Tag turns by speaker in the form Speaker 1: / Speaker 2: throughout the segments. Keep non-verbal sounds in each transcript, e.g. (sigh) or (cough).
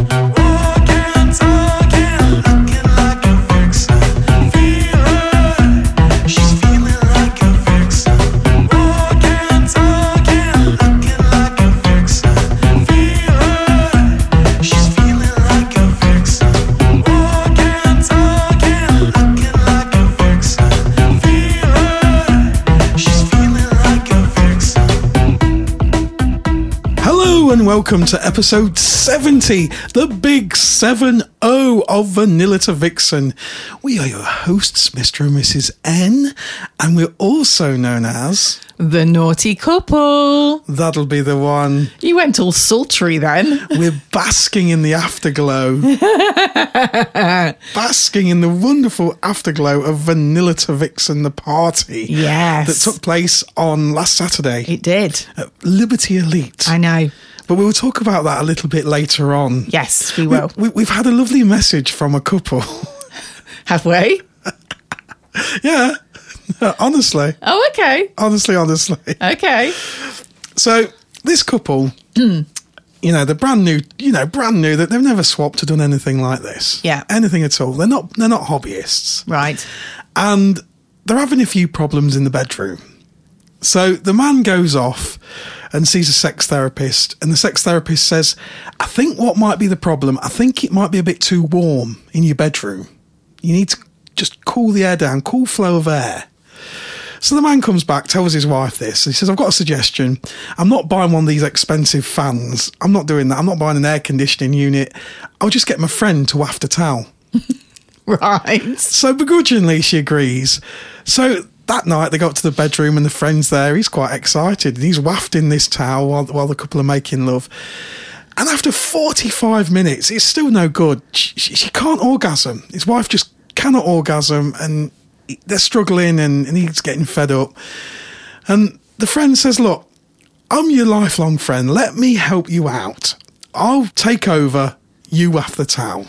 Speaker 1: Walking, talking, looking like a vixen. Feeling, she's feeling like a vixen. Walking, talking, looking like a vixen. Feeling, she's feeling like a vixen. Walking, talking, looking like a vixen. Feeling, she's feeling like a vixen.
Speaker 2: Hello and welcome to episode 70, the big 7 0 of Vanilla to Vixen. We are your hosts, Mr. and Mrs. N, and we're also known as
Speaker 3: The naughty couple.
Speaker 2: That'll Be the One.
Speaker 3: You went all sultry then.
Speaker 2: We're basking in the
Speaker 3: (laughs)
Speaker 2: afterglow, basking in the wonderful afterglow of Vanilla to Vixen, the party
Speaker 3: Yes.
Speaker 2: that took place on last Saturday
Speaker 3: it did.
Speaker 2: at Liberty Elite.
Speaker 3: I know.
Speaker 2: but we'll talk about that a little bit later on.
Speaker 3: Yes, we will.
Speaker 2: We, we, we've had a lovely message from a couple.
Speaker 3: (laughs)
Speaker 2: (laughs)
Speaker 3: Have we?
Speaker 2: Yeah. (laughs) honestly.
Speaker 3: Oh, okay.
Speaker 2: Honestly, honestly.
Speaker 3: Okay.
Speaker 2: So this couple, you know, they're brand new, you know, brand new that they've never swapped or done anything like this.
Speaker 3: Yeah.
Speaker 2: Anything at all. They're not they're not hobbyists.
Speaker 3: Right.
Speaker 2: And they're having a few problems in the bedroom. So the man goes off and sees a sex therapist, and the sex therapist says, I think what might be the problem, I think it might be a bit too warm in your bedroom. You need to just cool the air down, cool flow of air. So the man comes back, tells his wife this. He says, I've got a suggestion. I'm not buying one of these expensive fans. I'm not doing that. I'm not buying an air conditioning unit. I'll just get my friend to waft a towel.
Speaker 3: Right.
Speaker 2: So begrudgingly, she agrees. So that night, they got to the bedroom and the friend's there. He's quite excited. He's wafting this towel while, while the couple are making love. And after 45 minutes, it's still no good. She, she, she can't orgasm. His wife just cannot orgasm and he- they're struggling and, and he's getting fed up. And the friend says, Look, I'm your lifelong friend. Let me help you out. I'll take over. You waft the towel.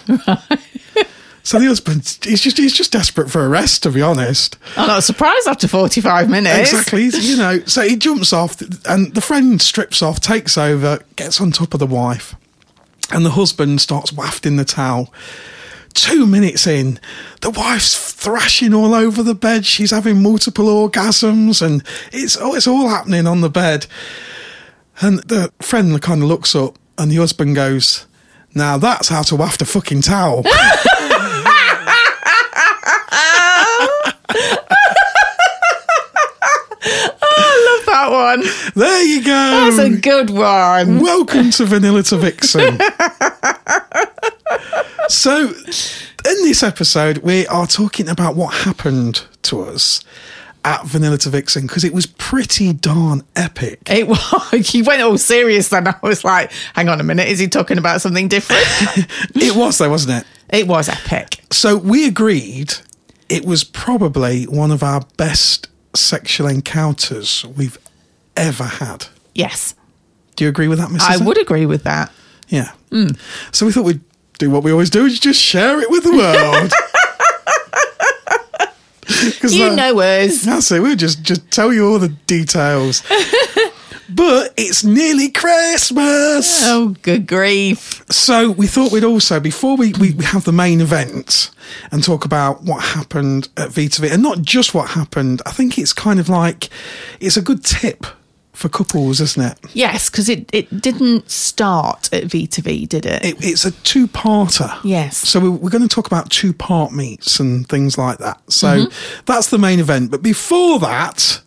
Speaker 2: So the husband, he's just he's just desperate for a rest, to be honest.
Speaker 3: I'm not surprised after 45 minutes.
Speaker 2: Exactly, he's- you know. So he jumps off, and the friend strips off, takes over, gets on top of the wife, and the husband starts wafting the towel. Two minutes in, the wife's thrashing all over the bed. She's having multiple orgasms, and it's oh, it's all happening on the bed. And the friend kind of looks up, and the husband goes, "Now that's how to waft a fucking
Speaker 3: (laughs)
Speaker 2: towel."
Speaker 3: (laughs) That one.
Speaker 2: there you go.
Speaker 3: That's a good one.
Speaker 2: Welcome to Vanilla to Vixen. so, in this episode, we are talking about what happened to us at Vanilla to Vixen because it was pretty darn epic.
Speaker 3: It was. (laughs) You went all serious then. I was like, hang on a minute. Is he talking about something (laughs) different?
Speaker 2: It was, though, wasn't it?
Speaker 3: it was epic.
Speaker 2: So, we agreed it was probably one of our best sexual encounters we've ever had.
Speaker 3: Yes.
Speaker 2: Do you agree with that, Mrs.
Speaker 3: I
Speaker 2: N?
Speaker 3: would agree with that.
Speaker 2: Yeah.
Speaker 3: Mm.
Speaker 2: So, we thought we'd do what we always do, which is just share it with the
Speaker 3: (laughs)
Speaker 2: world. 'Cause
Speaker 3: You
Speaker 2: that-
Speaker 3: know us.
Speaker 2: That's it. We'll just just tell you all the
Speaker 3: (laughs)
Speaker 2: details. but it's nearly Christmas.
Speaker 3: Oh, good grief.
Speaker 2: So we thought we'd also, before we, we have the main event and talk about what happened at VitaVit, and not just what happened, I think it's kind of like, it's a good tip for couples, isn't it?
Speaker 3: Yes, because it, it didn't start at V2V, did it?
Speaker 2: it it's a two-parter.
Speaker 3: Yes.
Speaker 2: So we're, we're going to talk about two-part meets and things like that. So
Speaker 3: Mm-hmm.
Speaker 2: that's the main event. But before that,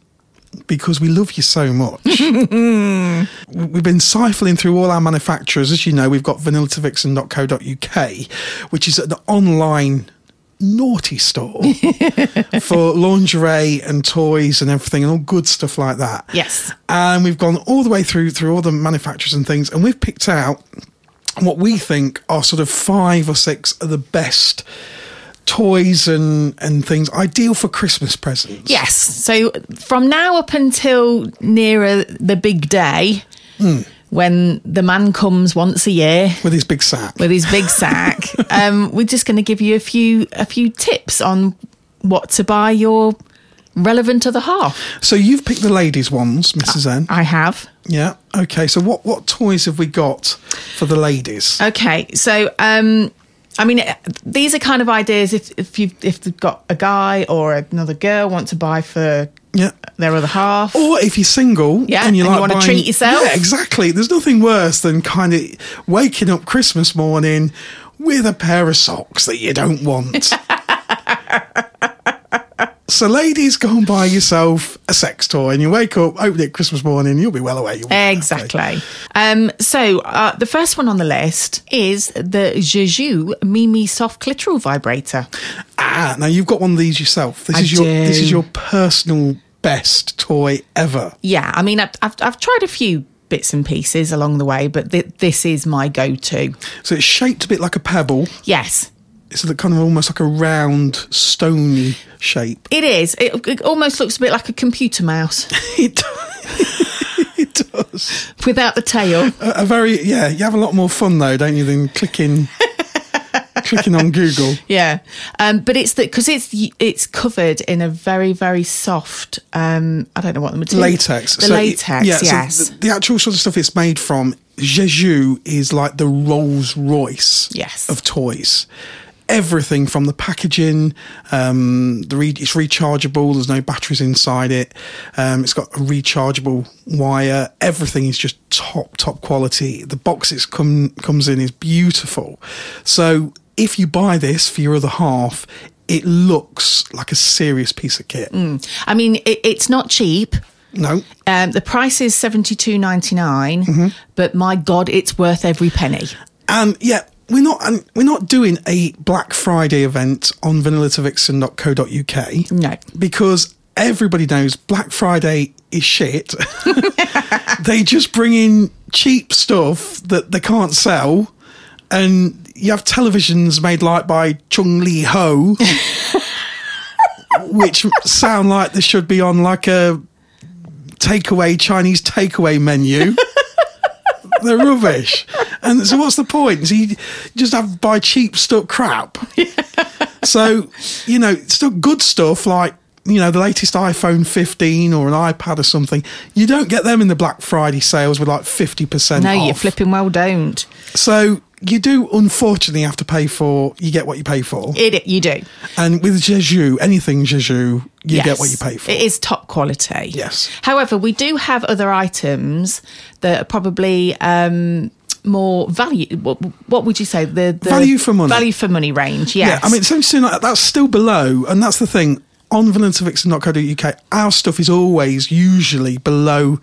Speaker 2: because we love you so
Speaker 3: (laughs)
Speaker 2: much, we- we've been siphoning through all our manufacturers. As you know, we've got vanillatavixen.co.uk, which is an online naughty
Speaker 3: (laughs)
Speaker 2: store for lingerie and toys and everything and all good stuff like that.
Speaker 3: Yes.
Speaker 2: And we've gone all the way through through all the manufacturers and things, and we've picked out what we think are sort of five or six of the best toys and and things ideal for Christmas presents.
Speaker 3: Yes. So from now up until nearer the big day, when the man comes once a year
Speaker 2: With his big sack.
Speaker 3: with his (laughs) big sack, um, we're just going to give you a few a few tips on what to buy your relevant other half.
Speaker 2: So you've picked the ladies' ones, Mrs. N.
Speaker 3: I have.
Speaker 2: Yeah. Okay. So what what toys have we got for the ladies?
Speaker 3: Okay, so um, I mean, these are kind of ideas if if you if you've got a guy or another girl want to buy for
Speaker 2: Yeah.
Speaker 3: their other half.
Speaker 2: Or if you're single and you
Speaker 3: Yeah, and you
Speaker 2: like
Speaker 3: wanna
Speaker 2: buying-
Speaker 3: treat yourself.
Speaker 2: Yeah, exactly. There's nothing worse than kind of waking up Christmas morning with a pair of socks that you don't
Speaker 3: (laughs)
Speaker 2: want. so, ladies, go and buy yourself a sex toy, and you wake up, open it Christmas morning, you'll be well away. You won't.
Speaker 3: Exactly. Um, so uh, the first one on the list is the Jeju Mimi Soft Clitoral Vibrator.
Speaker 2: Ah, now you've got one of these yourself. This
Speaker 3: I
Speaker 2: is your this
Speaker 3: do.
Speaker 2: is your personal best toy ever.
Speaker 3: Yeah, I mean, I've, I've, I've tried a few bits and pieces along the way, but th- this is my go-to.
Speaker 2: So it's shaped a bit like a pebble.
Speaker 3: Yes,
Speaker 2: It's the kind of almost like a round, stony shape.
Speaker 3: it is. It, it almost looks a bit like a computer mouse (laughs)
Speaker 2: It, do- it does.
Speaker 3: without the tail.
Speaker 2: (laughs) A, a very yeah. You have a lot more fun though, don't you? Than clicking, clicking on Google.
Speaker 3: Yeah, um, but it's the because it's it's covered in a very very soft. Um, I don't know what the material.
Speaker 2: Latex.
Speaker 3: The
Speaker 2: So it-
Speaker 3: latex.
Speaker 2: so
Speaker 3: yes.
Speaker 2: the, the actual sort of stuff it's made from. Jeju is like the Rolls Royce
Speaker 3: Yes.
Speaker 2: of toys. Everything from the packaging, um, the re- it's rechargeable. There's no batteries inside it. Um, it's got a rechargeable wire. Everything is just top top quality. The box it's come comes in is beautiful. So if you buy this for your other half, it looks like a serious piece of kit.
Speaker 3: I mean, it, it's not cheap.
Speaker 2: No,
Speaker 3: Um, the price is seventy two ninety
Speaker 2: Mm-hmm.
Speaker 3: but my god, it's worth every penny.
Speaker 2: And Um, yeah, we're not and we're not doing a Black Friday event on vanillatavixen.co.uk.
Speaker 3: No.
Speaker 2: Because everybody knows Black Friday is shit. (laughs) they just bring in cheap stuff that they can't sell and you have televisions made like by Chung Lee Ho which sound like they should be on like a takeaway Chinese takeaway
Speaker 3: (laughs)
Speaker 2: menu. They're rubbish. And so what's the point? So you just have buy cheap stuff crap. so, you know, still good stuff like you know the latest iPhone 15 or an iPad or something. You don't get them in the Black Friday sales with like 50%
Speaker 3: No,
Speaker 2: off.
Speaker 3: you flipping well don't.
Speaker 2: So you do unfortunately have to pay for you get what you pay for.
Speaker 3: It you do.
Speaker 2: And with Jeju, anything Jeju, you get what you pay for.
Speaker 3: It is top quality.
Speaker 2: Yes.
Speaker 3: However, we do have other items that are probably um, more value. What, what would you say? The, the
Speaker 2: Value for money.
Speaker 3: Value for money range.
Speaker 2: Yeah,
Speaker 3: Yes.
Speaker 2: I mean, essentially, not- that's still below, and that's the thing. On vanillatoxin.co.uk, our stuff is always usually below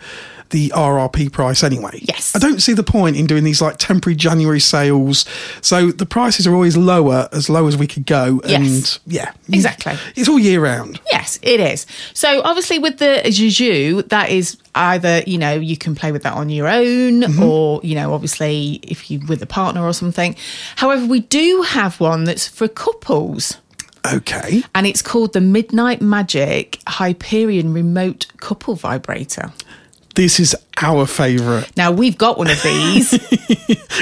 Speaker 2: the RRP price anyway.
Speaker 3: Yes.
Speaker 2: I don't see the point in doing these like temporary January sales. So the prices are always lower, as low as we could go. And
Speaker 3: Yes.
Speaker 2: yeah.
Speaker 3: Exactly.
Speaker 2: It's all year round.
Speaker 3: Yes, it is. So obviously, with the juju, that is either you know you can play with that on your own, or you know obviously if you with a partner or something. However, we do have one that's for couples,
Speaker 2: Okay.
Speaker 3: and it's called the Midnight Magic Hyperion Remote Couple Vibrator.
Speaker 2: This is our favourite.
Speaker 3: Now we've got one of these.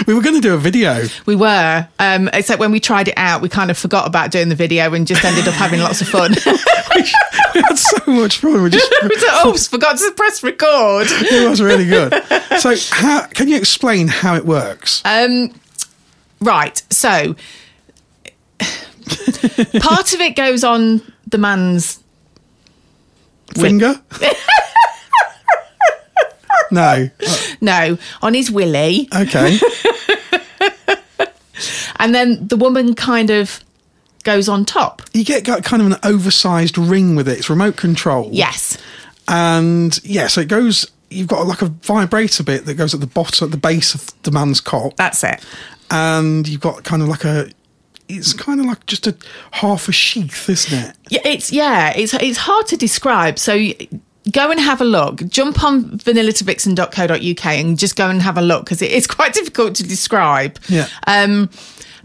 Speaker 2: We were going to do a video. (laughs)
Speaker 3: we were, um, except when we tried it out, we kind of forgot about doing the video and just ended up having lots of fun. (laughs)
Speaker 2: we had so much fun. We just
Speaker 3: Oops, oh, forgot to press record.
Speaker 2: it was really good. So, how can you explain how it works?
Speaker 3: Um, Right. So part of it goes on the man's.
Speaker 2: Finger? (laughs) no. Uh,
Speaker 3: No, on his willy.
Speaker 2: Okay.
Speaker 3: And then the woman kind of goes on top.
Speaker 2: You get got kind of an oversized ring with it. It's remote control.
Speaker 3: Yes.
Speaker 2: And yeah, so it goes. You've got like a vibrator bit that goes at the bottom, at the base of the man's cock,
Speaker 3: That's it.
Speaker 2: and you've got kind of like a it's kind of like just a half a sheath, isn't it?
Speaker 3: Yeah, it's yeah, it's it's hard to describe. So y- go and have a look. Jump on vanillatavixen.co.uk and just go and have a look because it is (laughs) quite difficult to describe.
Speaker 2: Yeah.
Speaker 3: Um,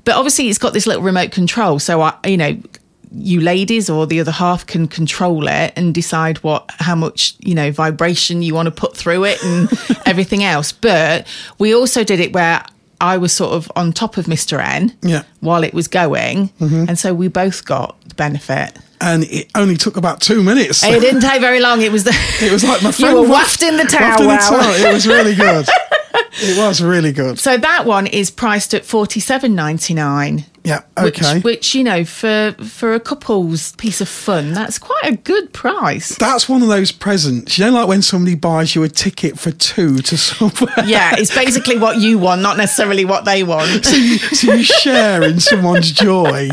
Speaker 3: but obviously it's got this little remote control, so I, you know, you ladies or the other half can control it and decide what how much you know vibration you want to put through it and everything else. But we also did it where. I was sort of on top of Mr. N
Speaker 2: Yeah.
Speaker 3: while it was going. And so we both got the benefit.
Speaker 2: And it only took about two minutes. (laughs)
Speaker 3: It didn't take very long. It was the.
Speaker 2: It (laughs) was like my friend.
Speaker 3: You were
Speaker 2: waft-
Speaker 3: wafting the towel.
Speaker 2: wafting the towel. It was really
Speaker 3: (laughs)
Speaker 2: good. it was really good.
Speaker 3: So that one is priced at forty seven ninety nine.
Speaker 2: Yeah. Okay.
Speaker 3: Which, which you know, for for a couple's piece of fun, that's quite a good price.
Speaker 2: that's one of those presents. You know, like when somebody buys you a ticket for two to somewhere.
Speaker 3: (laughs) Yeah, it's basically what you want, not necessarily what they
Speaker 2: (laughs)
Speaker 3: want.
Speaker 2: so you share in someone's joy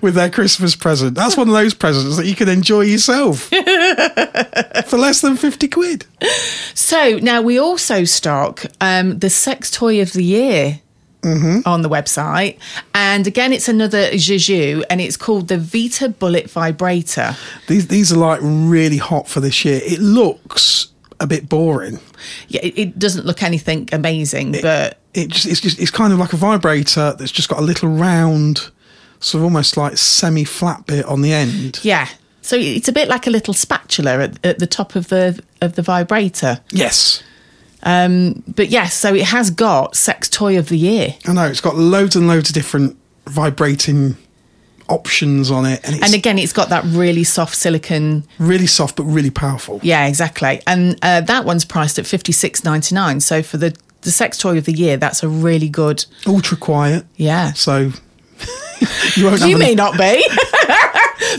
Speaker 2: with their Christmas present. That's one of those presents that you can enjoy
Speaker 3: (laughs)
Speaker 2: yourself for less than 50 quid.
Speaker 3: So now we also stock um, the sex toy of the year
Speaker 2: Mm-hmm.
Speaker 3: on the website, and again, it's another Juju, and it's called the Vita Bullet Vibrator.
Speaker 2: These, these are like really hot for this year. It looks a bit boring.
Speaker 3: Yeah, it, it doesn't look anything amazing, but
Speaker 2: It just, it's just, it's kind of like a vibrator that's just got a little round, sort of almost like semi flat bit on the end.
Speaker 3: Yeah. So it's a bit like a little spatula at, at the top of the of the vibrator.
Speaker 2: Yes.
Speaker 3: Um, but yes, so it has got sex toy of the year.
Speaker 2: I know it's got loads and loads of different vibrating options on it, and it's
Speaker 3: And again, it's got that really soft silicon.
Speaker 2: really soft but really powerful.
Speaker 3: Yeah, exactly. And uh, that one's priced at fifty six ninety nine. So for the the sex toy of the year, that's a really good.
Speaker 2: Ultra quiet,
Speaker 3: Yeah.
Speaker 2: so (laughs) you won't.
Speaker 3: You
Speaker 2: have
Speaker 3: may
Speaker 2: an,
Speaker 3: not be, (laughs)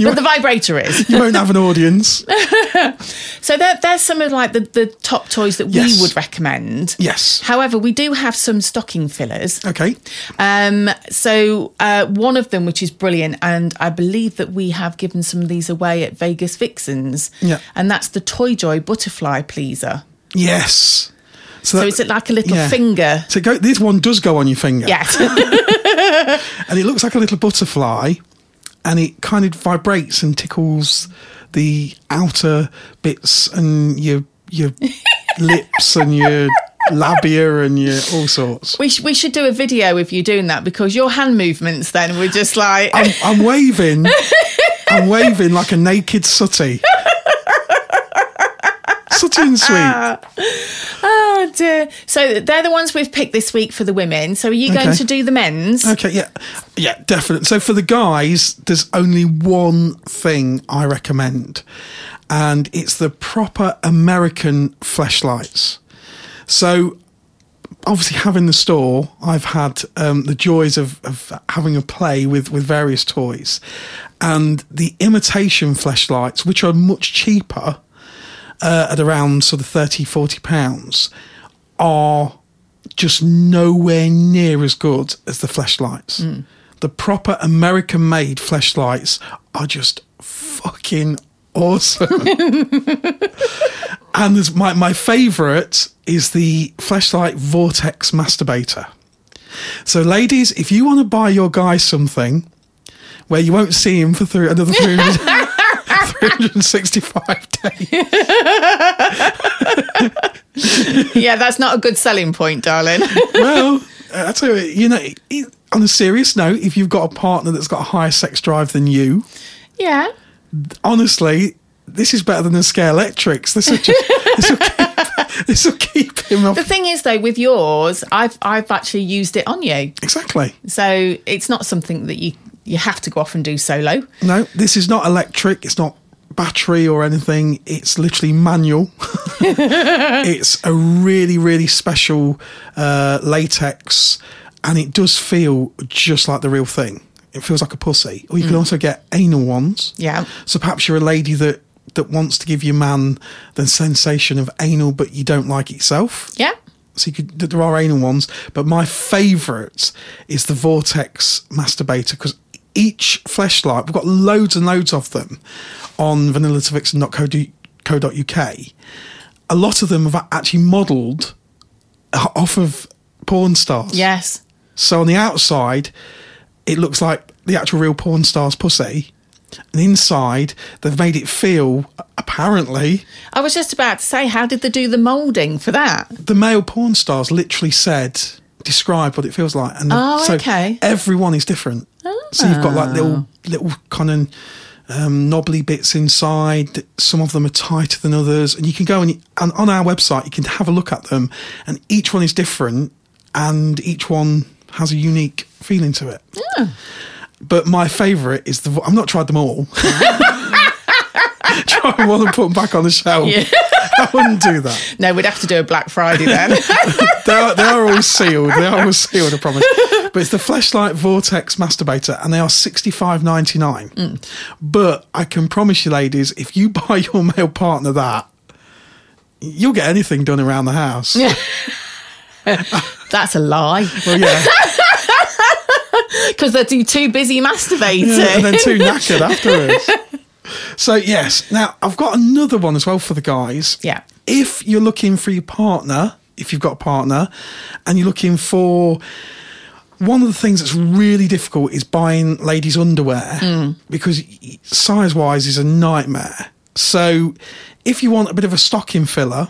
Speaker 3: but the vibrator is.
Speaker 2: you won't have an
Speaker 3: (laughs)
Speaker 2: audience.
Speaker 3: So there, there's some of like the, the top toys that
Speaker 2: Yes.
Speaker 3: we would recommend.
Speaker 2: Yes.
Speaker 3: However, we do have some stocking fillers.
Speaker 2: Okay.
Speaker 3: Um, so uh, one of them, which is brilliant, and I believe that we have given some of these away at Vegas Vixens.
Speaker 2: Yeah.
Speaker 3: And that's the Toy Joy Butterfly Pleaser.
Speaker 2: Yes.
Speaker 3: So
Speaker 2: that-
Speaker 3: is it like a little
Speaker 2: yeah.
Speaker 3: finger?
Speaker 2: So go, this one does go on your finger.
Speaker 3: Yes.
Speaker 2: And it looks like a little butterfly, and it kind of vibrates and tickles the outer bits and your
Speaker 3: (laughs)
Speaker 2: your lips and your labia and your all sorts.
Speaker 3: (laughs) we, sh- we should do a video of you doing that because your hand movements then were just like.
Speaker 2: (laughs) I'm, I'm waving. I'm waving like a naked sooty. Sooty and sweet.
Speaker 3: (laughs) oh dear. So they're the ones we've picked this week for the women. So are you going
Speaker 2: Okay.
Speaker 3: to do
Speaker 2: (laughs)
Speaker 3: the men's?
Speaker 2: Okay, yeah. Yeah, definitely. So for the guys, there's only one thing I recommend, and it's the proper American flashlights. So obviously having the store, I've had um, the joys of, of having a play with, with various toys. And the imitation flashlights, which are much cheaper, uh, at around sort of 30, 40 pounds, are just nowhere near as good as the flashlights. The proper American made flashlights are just fucking awesome. and there's my, my favourite is the flashlight Vortex Masturbator. So, ladies, if you want to buy your guy something where you won't see him for three, another 300 365 (laughs) days,
Speaker 3: Yeah, that's not a good selling
Speaker 2: (laughs)
Speaker 3: point, darling.
Speaker 2: well, uh, I tell you, you know, it- on a serious note, if you've got a partner that's got a higher sex drive than you,
Speaker 3: yeah.
Speaker 2: honestly, this is better than the Scare Electrics. This will, just, (laughs) this will, keep, this will keep him
Speaker 3: The
Speaker 2: off.
Speaker 3: thing is, though, with yours, I've I've actually used it on you,
Speaker 2: Exactly.
Speaker 3: so it's not something that you you have to go off and do solo.
Speaker 2: No, this is not electric. It's not battery or anything. It's literally manual. it's a really, really special uh, latex, and it does feel just like the real thing. It feels like a pussy. Or you can also get anal ones.
Speaker 3: Yeah.
Speaker 2: So perhaps you're a lady that that wants to give your man the sensation of anal, but you don't like itself.
Speaker 3: Yeah.
Speaker 2: So you could, there are anal ones, but my favourite is the Vortex masturbator because each fleshlight, we've got loads and loads of them on vanillatavixen.co.uk. A lot of them have actually modelled off of porn stars.
Speaker 3: Yes.
Speaker 2: So on the outside, it looks like the actual real porn star's pussy. And inside, they've made it feel, apparently,
Speaker 3: I was just about to say, how did they do the moulding for that?
Speaker 2: the male porn stars literally said, describe what it feels like. And
Speaker 3: Oh,
Speaker 2: so
Speaker 3: okay. Ah.
Speaker 2: everyone is different. So you've got like little, little kind of um, knobbly bits inside. Some of them are tighter than others. And you can go and, and on our website, you can have a look at them. And each one is different and each one has a unique feeling to it. But my favourite is the. I've not tried them
Speaker 3: (laughs)
Speaker 2: all. (laughs) Try one and put them back on the shelf. (laughs) I wouldn't do that
Speaker 3: No, we'd have to do a Black
Speaker 2: (laughs)
Speaker 3: Friday then. (laughs)
Speaker 2: they are they are all sealed. They are all sealed. I promise. But it's the flashlight vortex masturbator, and they are sixty five ninety nine. But I can promise you, ladies, if you (laughs) buy your male partner that, you'll get anything done around the house. Yeah.
Speaker 3: That's a lie.
Speaker 2: Well, yeah.
Speaker 3: Because they're too- too busy masturbating.
Speaker 2: Yeah, and then too knackered afterwards. (laughs) So yes, now I've got another one as well for the guys.
Speaker 3: Yeah.
Speaker 2: If you're looking for your partner, if you've got a partner, and you're looking for one of the things that's really difficult is buying ladies' underwear because size wise is a nightmare. So if you want a bit of a stocking filler,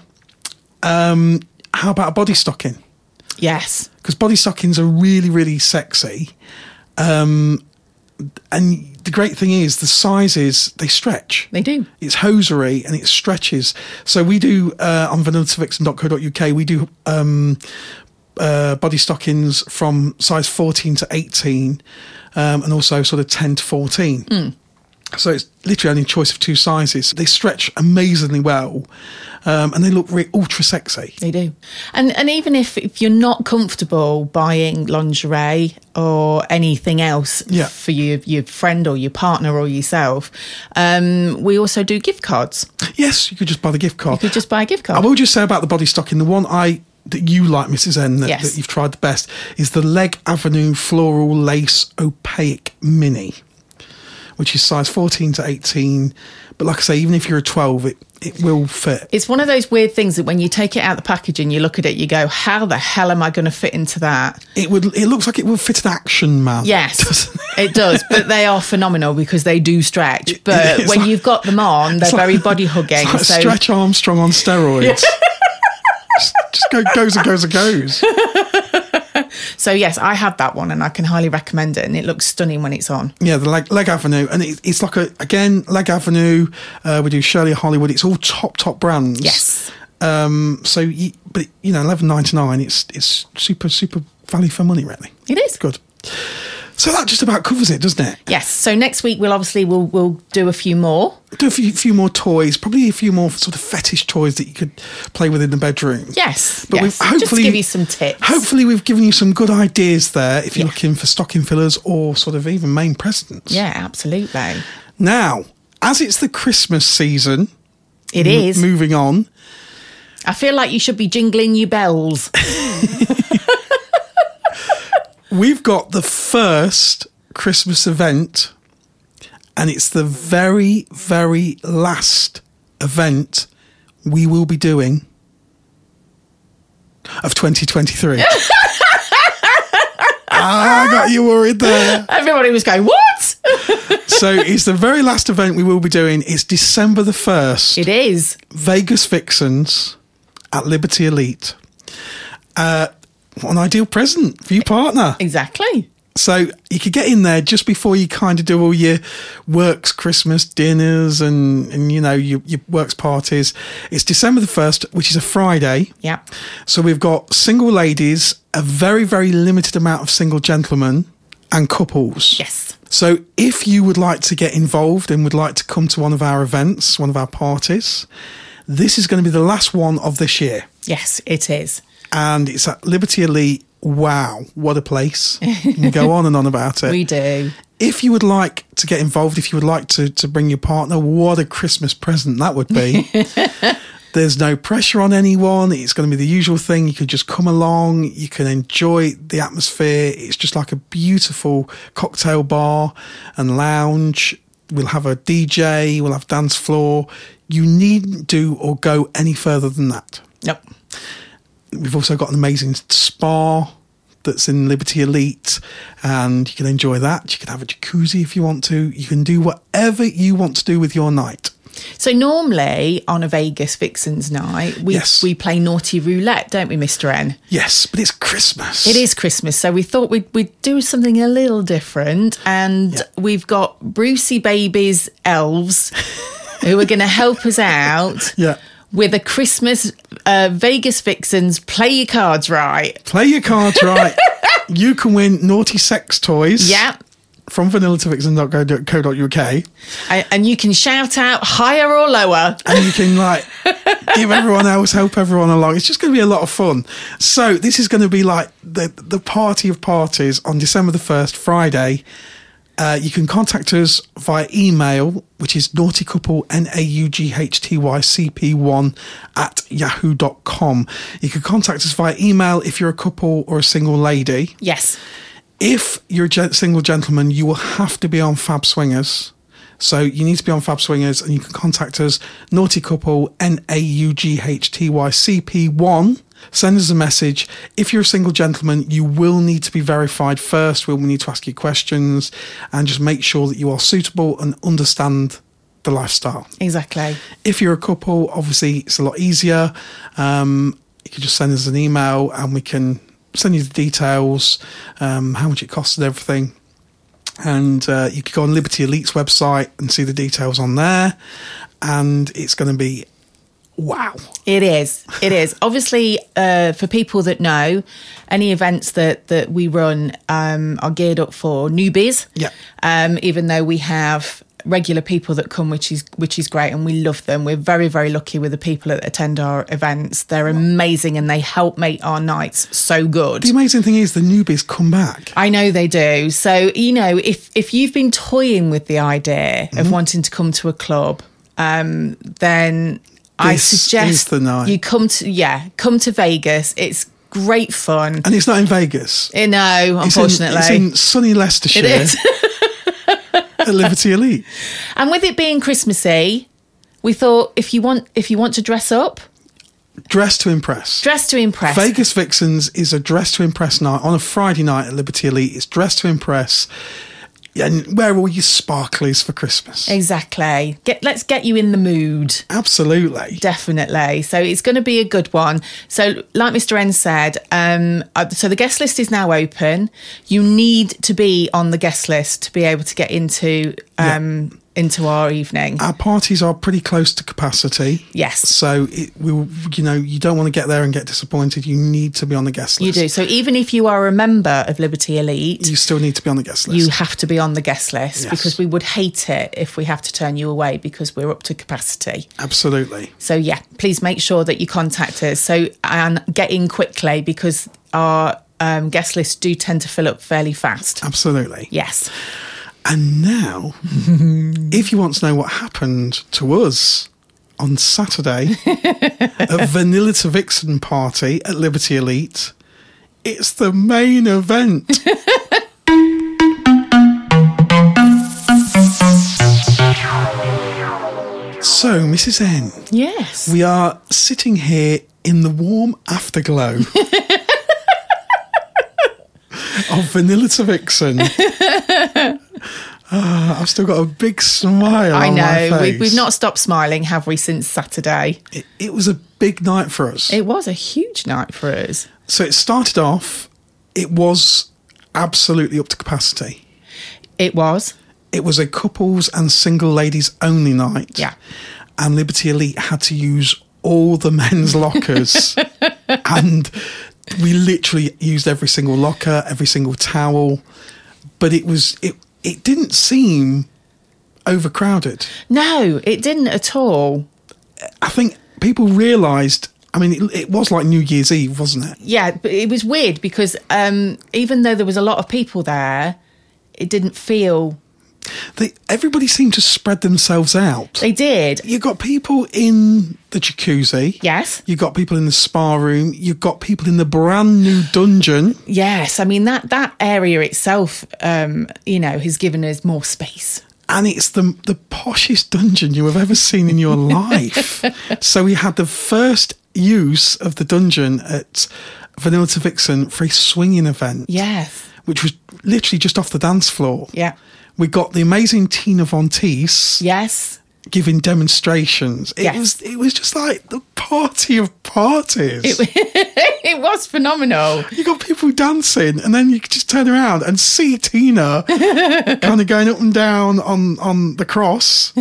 Speaker 2: um, how about a body stocking?
Speaker 3: yes.
Speaker 2: because body stockings are really really sexy um and the great thing is the sizes they stretch
Speaker 3: They do.
Speaker 2: it's hosiery and it stretches so we do uh on vanillatavixen.co.uk we do um uh, body stockings from size 14 to 18 um, and also sort of 10 to 14 so it's literally only a choice of two sizes they stretch amazingly well um, and they look re- ultra sexy
Speaker 3: They do. And and even if, if you're not comfortable buying lingerie or anything else
Speaker 2: Yeah.
Speaker 3: for your, your friend or your partner or yourself, um, we also do gift cards.
Speaker 2: yes you could just buy the gift card
Speaker 3: You could just buy a gift
Speaker 2: I
Speaker 3: card.
Speaker 2: will just say about the body stocking, the one I that you like, Mrs. N, that,
Speaker 3: Yes.
Speaker 2: that you've tried the best is the Leg Avenue Floral Lace Opaque Mini, which is size 14 to 18. But like I say, even if you're a 12, it, it will fit.
Speaker 3: It's one of those weird things that when you take it out of the package and you look at it, you go, how the hell am I going to fit into that?
Speaker 2: It would. It looks like it would fit an action man.
Speaker 3: (laughs) Yes,
Speaker 2: doesn't it?
Speaker 3: it does. But they are phenomenal because they do stretch. But
Speaker 2: it's
Speaker 3: when
Speaker 2: like-
Speaker 3: you've got them on, (laughs) they're
Speaker 2: It's like-
Speaker 3: very (laughs) body hugging.
Speaker 2: It's like
Speaker 3: so
Speaker 2: Stretch Armstrong on steroids.
Speaker 3: (laughs)
Speaker 2: Just- Just go, goes and goes and goes.
Speaker 3: So yes, I had that one and I can highly recommend it and it looks stunning when it's on.
Speaker 2: Yeah, the Leg, Leg Avenue, and it, it's like a again Leg Avenue. Uh, we do Shirley Hollywood. It's all top top brands.
Speaker 3: Yes.
Speaker 2: Um. So, you, but you know, eleven ninety nine. It's it's super super value for money, really.
Speaker 3: It is.
Speaker 2: Good. So that just about covers it, doesn't it?
Speaker 3: Yes. So next week we'll obviously we'll we'll do a few more.
Speaker 2: Do a few, few more toys, probably a few more sort of fetish toys that you could play with in the bedroom.
Speaker 3: Yes.
Speaker 2: But
Speaker 3: yes.
Speaker 2: we've hopefully
Speaker 3: Just to give you some tips.
Speaker 2: Hopefully, we've given you some good ideas there. If you're
Speaker 3: Yeah.
Speaker 2: looking for stocking fillers or sort of even main presidents.
Speaker 3: Yeah, absolutely.
Speaker 2: Now, as it's the Christmas season,
Speaker 3: It is.
Speaker 2: moving on.
Speaker 3: I feel like you should be jingling your (laughs) bells.
Speaker 2: We've got the first Christmas event, and it's the very, very last event we will be doing of
Speaker 3: (laughs)
Speaker 2: 2023. Ah, I got you worried there.
Speaker 3: Everybody was going, What?
Speaker 2: So it's the very last event we will be doing. It's December the 1st.
Speaker 3: It is.
Speaker 2: Vegas Vixens at Liberty Elite. Uh, what an ideal present for your partner.
Speaker 3: Exactly.
Speaker 2: So you could get in there just before you kind of do all your works, Christmas dinners, and, and you know, your, your works parties. It's December the 1st, which is a Friday.
Speaker 3: Yeah.
Speaker 2: So we've got single ladies, a very, very limited amount of single gentlemen, and couples.
Speaker 3: Yes.
Speaker 2: So if you would like to get involved and would like to come to one of our events, one of our parties, this is going to be the last one of this year.
Speaker 3: Yes, it is.
Speaker 2: And it's at Liberty Elite. Wow, what a place.
Speaker 3: (laughs)
Speaker 2: You can go on and on about it.
Speaker 3: We do.
Speaker 2: If you would like to get involved, if you would like to, to bring your partner, what a Christmas present that would be. There's no pressure on anyone. It's going to be the usual thing. You could just come along. You can enjoy the atmosphere. It's just like a beautiful cocktail bar and lounge. We'll have a DJ. We'll have dance floor. You needn't do or go any further than that.
Speaker 3: Nope.
Speaker 2: We've also got an amazing spa that's in Liberty Elite, and you can enjoy that. You can have a jacuzzi if you want to. You can do whatever you want to do with your night.
Speaker 3: So normally on a Vegas Vixens night, we
Speaker 2: Yes.
Speaker 3: we play naughty roulette, don't we, Mister N?
Speaker 2: Yes, but it's Christmas.
Speaker 3: It is Christmas, so we thought we'd we'd do something a little different, and we've got Brucey Baby's (laughs) elves who are going to help us out.
Speaker 2: Yeah.
Speaker 3: With a Christmas uh, Vegas Vixens, play your cards (laughs) right.
Speaker 2: Play your cards
Speaker 3: (laughs)
Speaker 2: right. you can win naughty sex toys.
Speaker 3: Yeah.
Speaker 2: From vanillatavixen.co.uk.
Speaker 3: A- And you can shout out higher or lower.
Speaker 2: and you can like give everyone else help everyone along. It's just going to be a lot of fun. So this is going to be like the the party of parties on December the first, Friday. Uh, you can contact us via email, which is naughty couple, N-A-U-G-H-T-Y-C-P-1 at yahoo.com. You can contact us via email if you're a couple or a single lady.
Speaker 3: Yes.
Speaker 2: If you're a gen- single gentleman, you will have to be on Fab Swingers. So you need to be on Fab Swingers and you can contact us, Naughty Couple, N A U G H T Y C P 1. Send us a message. If you're a single gentleman, you will need to be verified first. We'll need to ask you questions and just make sure that you are suitable and understand the lifestyle.
Speaker 3: Exactly.
Speaker 2: If you're a couple, obviously it's a lot easier. Um, you can just send us an email and we can send you the details, um, how much it costs and everything. And uh, you can go on Liberty Elite's website and see the details on there. And it's going to be wow.
Speaker 3: It is. It is. Obviously, uh, for people that know, any events that that we run um, are geared up for newbies.
Speaker 2: Yeah.
Speaker 3: Um, even though we have regular people that come, which is which is great, and we love them. We're very very lucky with the people that attend our events. They're amazing, and they help make our nights so good.
Speaker 2: The amazing thing is the newbies come back.
Speaker 3: I know they do. So you know, if if you've been toying with the idea
Speaker 2: Mm-hmm.
Speaker 3: of wanting to come to a club, um, then I
Speaker 2: This is
Speaker 3: suggest
Speaker 2: the night.
Speaker 3: you come to yeah, come to Vegas. It's great fun.
Speaker 2: And it's not in Vegas.
Speaker 3: You know,
Speaker 2: It's in-
Speaker 3: unfortunately,
Speaker 2: it's in, sunny Leicestershire.
Speaker 3: It is. (laughs)
Speaker 2: at Liberty Elite.
Speaker 3: and with it being Christmassy, we thought if you want if you want to dress up,
Speaker 2: Dress to impress.
Speaker 3: dress to impress.
Speaker 2: Vegas Vixens is a dress to impress night on a Friday night at Liberty Elite. It's dress to impress. And wear all your sparklies for Christmas.
Speaker 3: Exactly. Get let's get you in the mood.
Speaker 2: Absolutely.
Speaker 3: Definitely. So it's going to be a good one. So, like Mr. N said, um, uh, so the guest list is now open. You need to be on the guest list to be able to get into um, into our evening.
Speaker 2: Our parties are pretty close to capacity.
Speaker 3: yes,
Speaker 2: So it will, you know, you don't want to get there and get disappointed. You need to be on the guest
Speaker 3: you
Speaker 2: list.
Speaker 3: do. So even if you are a member of Liberty Elite,
Speaker 2: You still need to be on the guest list.
Speaker 3: you have to be on the guest list
Speaker 2: Yes.
Speaker 3: because we would hate it if we have to turn you away because we're up to capacity.
Speaker 2: Absolutely.
Speaker 3: So yeah, please make sure that you contact us. So and get in quickly because our um, guest lists do tend to fill up fairly fast.
Speaker 2: Absolutely.
Speaker 3: Yes.
Speaker 2: And now, if you want to know what happened to us on Saturday at Vanilla to Vixen party at Liberty Elite, it's the main event. so, Mrs. N,
Speaker 3: Yes.
Speaker 2: we are sitting here in the warm afterglow
Speaker 3: (laughs)
Speaker 2: of Vanilla to Vixen. Ah, I've still got a big smile.
Speaker 3: I
Speaker 2: on my
Speaker 3: know. We,
Speaker 2: face.
Speaker 3: we've not stopped smiling, have we, since Saturday?
Speaker 2: It, it was a big night for us.
Speaker 3: It was a huge night for us.
Speaker 2: so it started off. It was absolutely up to capacity.
Speaker 3: It was.
Speaker 2: It was a couples and single ladies only night.
Speaker 3: Yeah.
Speaker 2: And Liberty Elite had to use all the men's
Speaker 3: (laughs)
Speaker 2: lockers. and we literally used every single locker, every single towel. But it was it it didn't seem overcrowded.
Speaker 3: No, it didn't at all.
Speaker 2: I think people realised I mean, it, it was like New Year's Eve, wasn't it?
Speaker 3: Yeah, but it was weird because um, even though there was a lot of people there, it didn't feel.
Speaker 2: They, everybody seemed to spread themselves out.
Speaker 3: They did.
Speaker 2: you got people in the jacuzzi.
Speaker 3: Yes.
Speaker 2: You got people in the spa room. You got people in the brand new dungeon.
Speaker 3: Yes. I mean, that, that area itself, um, you know, has given us more space.
Speaker 2: and it's the the poshest dungeon you have ever seen in
Speaker 3: (laughs)
Speaker 2: your life. so we had the first use of the dungeon at Vanilla to Vixen for a swinging event,
Speaker 3: Yes.
Speaker 2: which was literally just off the dance floor.
Speaker 3: Yeah.
Speaker 2: We got the amazing Tina Von Teese
Speaker 3: Yes.
Speaker 2: giving demonstrations. It
Speaker 3: Yes.
Speaker 2: was it was just like the party of parties.
Speaker 3: it was phenomenal.
Speaker 2: you got people dancing, and then you could just turn around and see
Speaker 3: (laughs)
Speaker 2: Tina kind of going up and down on on the
Speaker 3: (laughs)
Speaker 2: cross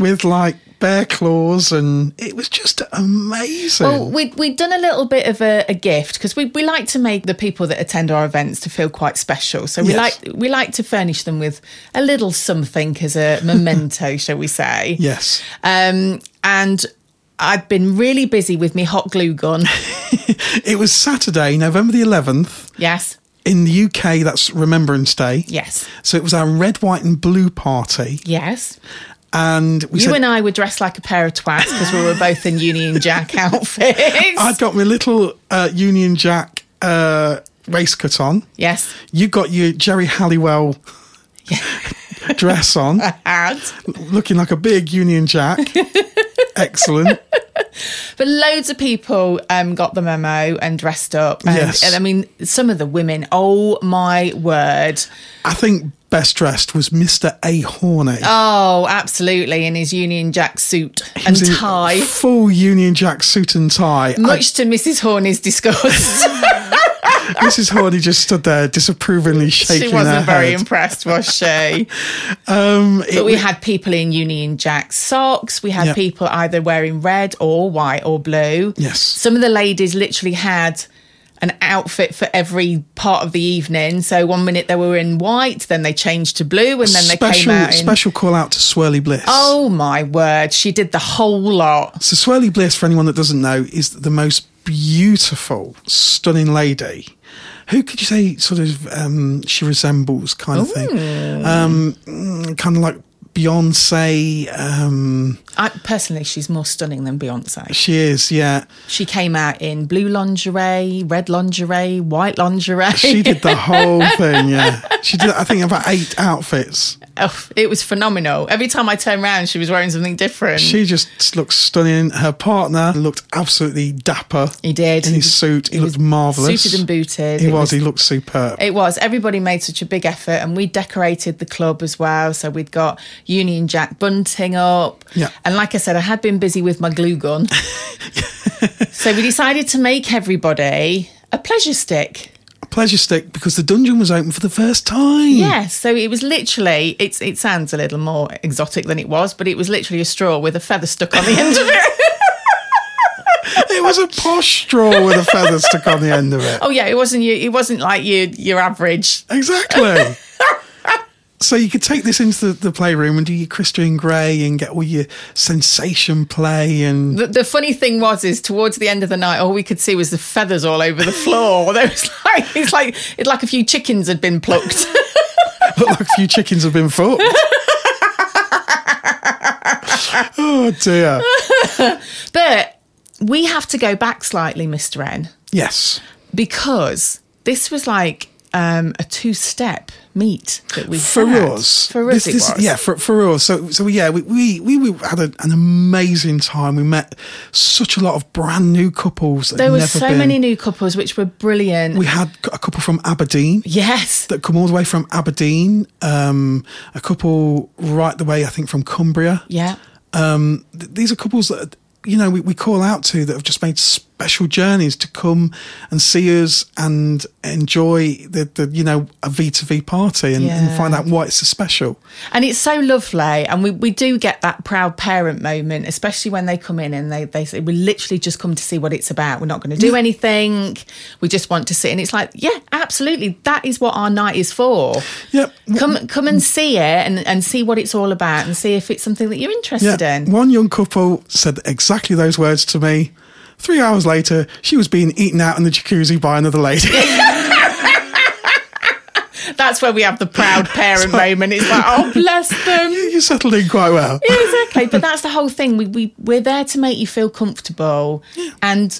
Speaker 2: with like bear claws, and it was just amazing.
Speaker 3: Well, we we'd done a little bit of a, a gift because we, we like to make the people that attend our events to feel quite special. So we
Speaker 2: Yes.
Speaker 3: like we like to furnish them with a little something
Speaker 2: (laughs)
Speaker 3: as a memento, shall we say?
Speaker 2: yes,
Speaker 3: Um, and I've been really busy with me hot glue
Speaker 2: (laughs)
Speaker 3: gun.
Speaker 2: it was Saturday, November the eleventh
Speaker 3: yes,
Speaker 2: in the UK. That's Remembrance Day.
Speaker 3: yes,
Speaker 2: So it was our red, white, and blue party,
Speaker 3: yes.
Speaker 2: and we
Speaker 3: You
Speaker 2: said.
Speaker 3: and I were dressed like a pair of twats because we were both in
Speaker 2: (laughs)
Speaker 3: Union Jack outfits.
Speaker 2: I'd got my little uh, Union Jack uh, waistcoat on.
Speaker 3: yes, (laughs)
Speaker 2: You got your Jerry Halliwell (laughs) dress
Speaker 3: (laughs)
Speaker 2: on,
Speaker 3: I had.
Speaker 2: looking like a big Union
Speaker 3: (laughs)
Speaker 2: Jack. Excellent.
Speaker 3: But loads of people um, got the memo and dressed up. And,
Speaker 2: Yes.
Speaker 3: and I mean, some of the women, oh my word.
Speaker 2: I think best dressed was Mr. A. Horney.
Speaker 3: Oh, absolutely. In his Union Jack suit
Speaker 2: He
Speaker 3: and
Speaker 2: was in
Speaker 3: tie,
Speaker 2: Full Union Jack suit and tie.
Speaker 3: much to Mrs. Horney's disgust.
Speaker 2: I- Mrs. Horney just stood there disapprovingly shaking
Speaker 3: she
Speaker 2: her
Speaker 3: wasn't very
Speaker 2: head.
Speaker 3: impressed, was she?
Speaker 2: (laughs) um, it
Speaker 3: But we
Speaker 2: was-
Speaker 3: had people in Union Jack socks. We had
Speaker 2: Yeah.
Speaker 3: people either wearing red or white or blue.
Speaker 2: Yes.
Speaker 3: Some of the ladies literally had an outfit for every part of the evening. So one minute they were in white, then they changed to blue, and then they
Speaker 2: special,
Speaker 3: came out in.
Speaker 2: special call out to Swirly Bliss.
Speaker 3: Oh my word, she did the whole lot.
Speaker 2: So Swirly Bliss, for anyone that doesn't know, is the most beautiful, stunning lady. Who could you say sort of um, she resembles kind of thing? Um, mm, kind of like Beyonce. Um,
Speaker 3: I, personally, she's more stunning than Beyonce.
Speaker 2: she is,
Speaker 3: (laughs)
Speaker 2: yeah.
Speaker 3: She came out in blue lingerie, red lingerie, white lingerie.
Speaker 2: She did the whole thing, yeah. She did, I think, about eight outfits.
Speaker 3: Oh, it was phenomenal. Every time I turned around, she was wearing something different.
Speaker 2: She just looked stunning. Her partner looked absolutely dapper.
Speaker 3: He did.
Speaker 2: In his suit. He,
Speaker 3: was
Speaker 2: looked marvellous.
Speaker 3: Suited and booted.
Speaker 2: He
Speaker 3: It
Speaker 2: was. He looked superb.
Speaker 3: It was. Everybody made such a big effort, and we decorated the club as well. So we'd got Union Jack bunting up.
Speaker 2: Yeah.
Speaker 3: And like I said, I had been busy with my
Speaker 2: (laughs)
Speaker 3: glue gun. so we decided to make everybody a pleasure stick.
Speaker 2: Pleasure stick because the dungeon was open for the first time.
Speaker 3: Yeah. So it was literally, it's, it sounds a little more exotic than it was, but it was literally a straw with a feather stuck on the end of it.
Speaker 2: (laughs) (laughs) It was a posh straw with a feather stuck on the end of it.
Speaker 3: Oh, yeah. It wasn't you. It wasn't like your, your average. (laughs)
Speaker 2: Exactly. So you could take this into the, the playroom and do your Christian Grey and get all your sensation play and
Speaker 3: The, the funny thing was, is towards the end of the night, all we could see was the feathers all over the floor. (laughs) There was like it's like it's like a few chickens had been
Speaker 2: (laughs)
Speaker 3: plucked.
Speaker 2: look like a few chickens have been
Speaker 3: (laughs)
Speaker 2: fucked. oh dear.
Speaker 3: but we have to go back slightly, Mister N,
Speaker 2: Yes.
Speaker 3: because this was like um, a two-step meet that we
Speaker 2: For
Speaker 3: had.
Speaker 2: us,
Speaker 3: For us,
Speaker 2: this-
Speaker 3: it
Speaker 2: this-
Speaker 3: was.
Speaker 2: yeah, for, for us. So, so yeah, we we, we, we had a, an amazing time. We met such a lot of brand new couples. that
Speaker 3: There
Speaker 2: had
Speaker 3: were
Speaker 2: never
Speaker 3: so
Speaker 2: been-
Speaker 3: many new couples which were brilliant.
Speaker 2: We had a couple from Aberdeen.
Speaker 3: yes,
Speaker 2: that come all the way from Aberdeen, um, a couple right the way, I think, from Cumbria.
Speaker 3: yeah,
Speaker 2: Um, th- these are couples that, you know, we, we call out to that have just made special journeys to come and see us and enjoy the, the you know, a V2V party and, and
Speaker 3: Yeah.
Speaker 2: find out why it's so special.
Speaker 3: And it's so lovely. And we, we do get that proud parent moment, especially when they come in and they, they say, We literally just come to see what it's about. We're not going to do anything. We just want to sit. And it's like, Yeah, absolutely. That is what our night is for.
Speaker 2: Yep.
Speaker 3: Come come and see it and, and see what it's all about and see if it's something that you're interested
Speaker 2: Yeah.
Speaker 3: in.
Speaker 2: One young couple said exactly those words to me. Three hours later, she was being eaten out in the jacuzzi by another lady. (laughs)
Speaker 3: That's where we have the proud parent moment. It's like, Oh, bless
Speaker 2: (laughs)
Speaker 3: them.
Speaker 2: you settled in quite well.
Speaker 3: exactly. But that's the whole thing. We, we, we're there to make you feel comfortable. And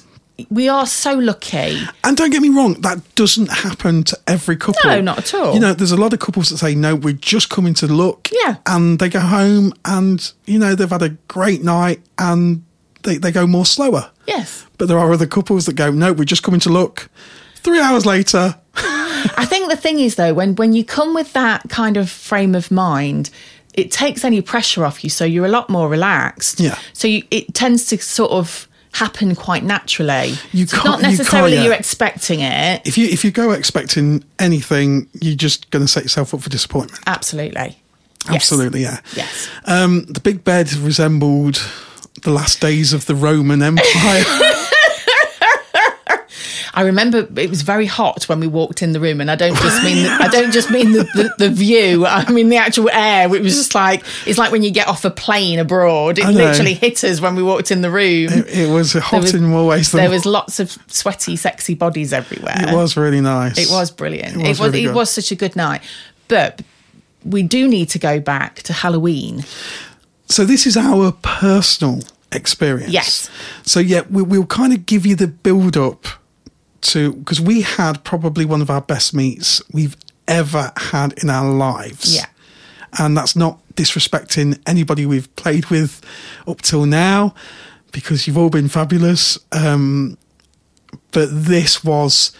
Speaker 3: we are so lucky.
Speaker 2: And don't get me wrong, that doesn't happen to every couple.
Speaker 3: No, not at all.
Speaker 2: You know, there's a lot of couples that say, no, we're just coming to look.
Speaker 3: Yeah.
Speaker 2: And they go home and, you know, they've had a great night and they, they go more slower.
Speaker 3: Yes.
Speaker 2: But there are other couples that go, no, we're just coming to look. Three hours later,
Speaker 3: I think the thing is though, when when you come with that kind of frame of mind, it takes any pressure off you, so you're a lot more relaxed.
Speaker 2: Yeah.
Speaker 3: So you, it tends to sort of happen quite naturally.
Speaker 2: You
Speaker 3: So it's
Speaker 2: can't-
Speaker 3: not
Speaker 2: you can't,
Speaker 3: necessarily
Speaker 2: yeah.
Speaker 3: you're expecting it.
Speaker 2: if you if you go expecting anything, you're just going to set yourself up for disappointment.
Speaker 3: Absolutely. Yes.
Speaker 2: Absolutely, yeah.
Speaker 3: Yes.
Speaker 2: Um, the big bed resembled the last days of the Roman
Speaker 3: (laughs)
Speaker 2: Empire.
Speaker 3: I remember it was very hot when we walked in the room, and I don't just mean I don't just mean the, the, the view. I mean the actual air. It was just like it's like when you get off a plane abroad. It
Speaker 2: I know.
Speaker 3: literally hit us when we walked in the room.
Speaker 2: it was hot
Speaker 3: There was-
Speaker 2: in more ways than
Speaker 3: there was lots of sweaty, sexy bodies everywhere.
Speaker 2: It was really nice.
Speaker 3: It was
Speaker 2: was
Speaker 3: brilliant. It was. It was,
Speaker 2: really good.
Speaker 3: such a good night. But we do need to go back to Halloween.
Speaker 2: So this is our personal experience.
Speaker 3: Yes.
Speaker 2: So yeah, we, we'll kind of give you the build up to because we had probably one of our best meets we've ever had in our lives.
Speaker 3: Yeah.
Speaker 2: And that's not disrespecting anybody we've played with up till now, because you've all been fabulous. Um, but this was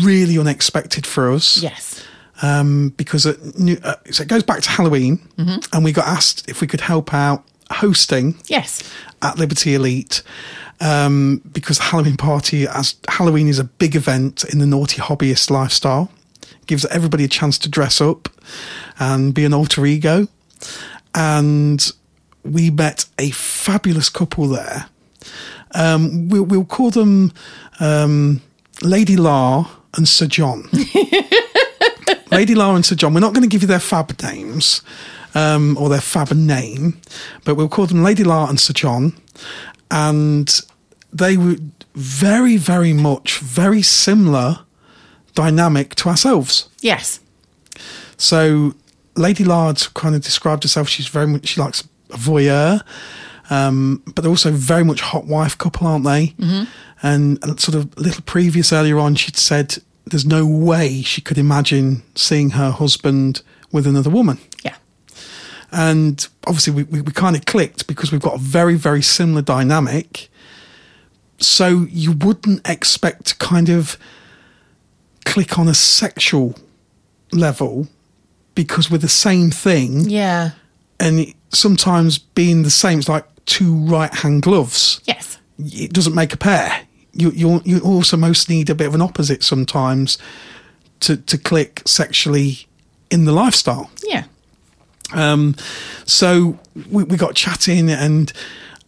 Speaker 2: really unexpected for us
Speaker 3: Yes.
Speaker 2: um, because it, knew- uh, so it goes back to Halloween, and we got asked if we could help out hosting
Speaker 3: Yes.
Speaker 2: at Liberty Elite um, because the Halloween party, as Halloween is a big event in the naughty hobbyist lifestyle, gives everybody a chance to dress up and be an alter ego, and we met a fabulous couple there. Um, we'll, we'll call them um, Lady La and Sir John. Lady La and Sir John. We're not going to give you their fab names um, or their fab name, but we'll call them Lady La and Sir John. And they were very, very much, very similar dynamic to ourselves.
Speaker 3: Yes.
Speaker 2: So Lady Lard kind of described herself. She's very much she likes a voyeur, um, but they're also very much hot wife couple, aren't they? Mm-hmm. And a sort of a little previous earlier on, she'd said there's no way she could imagine seeing her husband with another woman.
Speaker 3: Yeah.
Speaker 2: And obviously, we, we, we kind of clicked because we've got a very, very similar dynamic. So you wouldn't expect to kind of click on a sexual level because we're the same thing.
Speaker 3: Yeah.
Speaker 2: And it- sometimes being the same, it's like two right hand gloves.
Speaker 3: Yes.
Speaker 2: It doesn't make a pair. You, you, you also most need a bit of an opposite sometimes to, to click sexually in the lifestyle.
Speaker 3: Yeah.
Speaker 2: Um, so we, we got chatting, and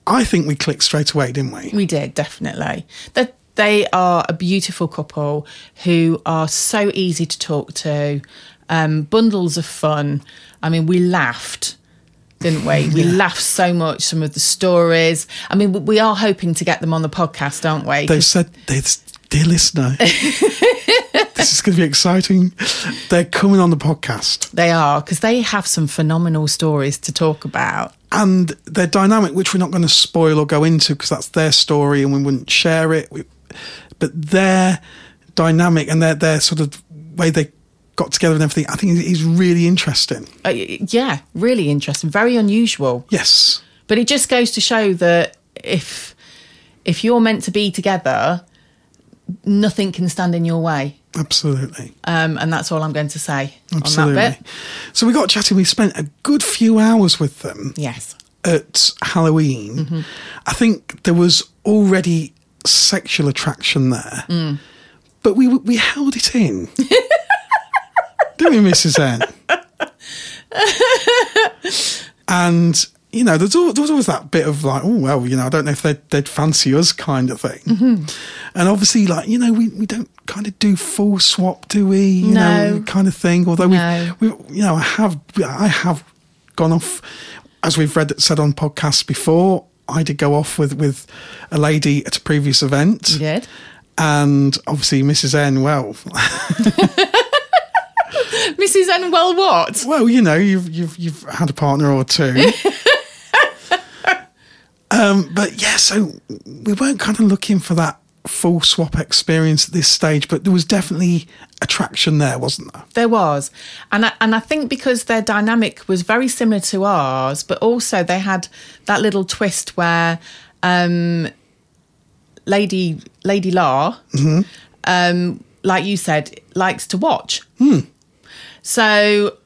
Speaker 2: I think we clicked straight away, didn't we?
Speaker 3: We did definitely. That they are a beautiful couple who are so easy to talk to. Um, bundles of fun. I mean, we laughed, didn't we? We laughed so much. Some of the stories. I mean, we- we are hoping to get them on the podcast, aren't we?
Speaker 2: They've said, this, dear listener, this is going to be exciting. They're coming on the podcast,
Speaker 3: They are because they have some phenomenal stories to talk about.
Speaker 2: and their dynamic, which we're not going to spoil or go into because that's their story, and we wouldn't share it. We, but their dynamic and their their sort of way they got together and everything, I think is, is really interesting.
Speaker 3: Uh, yeah, really interesting, very unusual.
Speaker 2: Yes,
Speaker 3: But it just goes to show that if if you're meant to be together, nothing can stand in your way.
Speaker 2: absolutely.
Speaker 3: Um, and that's all I'm going to say
Speaker 2: Absolutely.
Speaker 3: on that bit.
Speaker 2: So we got chatting. We spent a good few hours with them
Speaker 3: Yes.
Speaker 2: at Halloween.
Speaker 3: Mm-hmm.
Speaker 2: I think there was already sexual attraction there,
Speaker 3: Mm.
Speaker 2: but we we held it
Speaker 3: (laughs)
Speaker 2: in. Didn't we, Mrs. N? and you know, there's al- there was always that bit of like, oh well, you know, I don't know if they'd, they'd fancy us kind of thing.
Speaker 3: Mm-hmm.
Speaker 2: And obviously, like you know, we, we don't kind of do full swap, do we? You know,
Speaker 3: No.
Speaker 2: kind of thing. Although
Speaker 3: No.
Speaker 2: we, we, you know, I have I have gone off, as we've read said on podcasts before. I did go off with with a lady at a previous event.
Speaker 3: You did.
Speaker 2: And obviously, Mrs. N. Well,
Speaker 3: Mrs. N. Well, what?
Speaker 2: well, you know, you've you've you've had a partner or
Speaker 3: (laughs)
Speaker 2: two. um, but yeah, so we weren't kind of looking for that full swap experience at this stage, but there was definitely attraction there, wasn't there?
Speaker 3: There was, and I, and I think because their dynamic was very similar to ours, but also they had that little twist where um, Lady Lady La,
Speaker 2: Mm-hmm.
Speaker 3: um, like you said, likes to watch.
Speaker 2: Hmm.
Speaker 3: So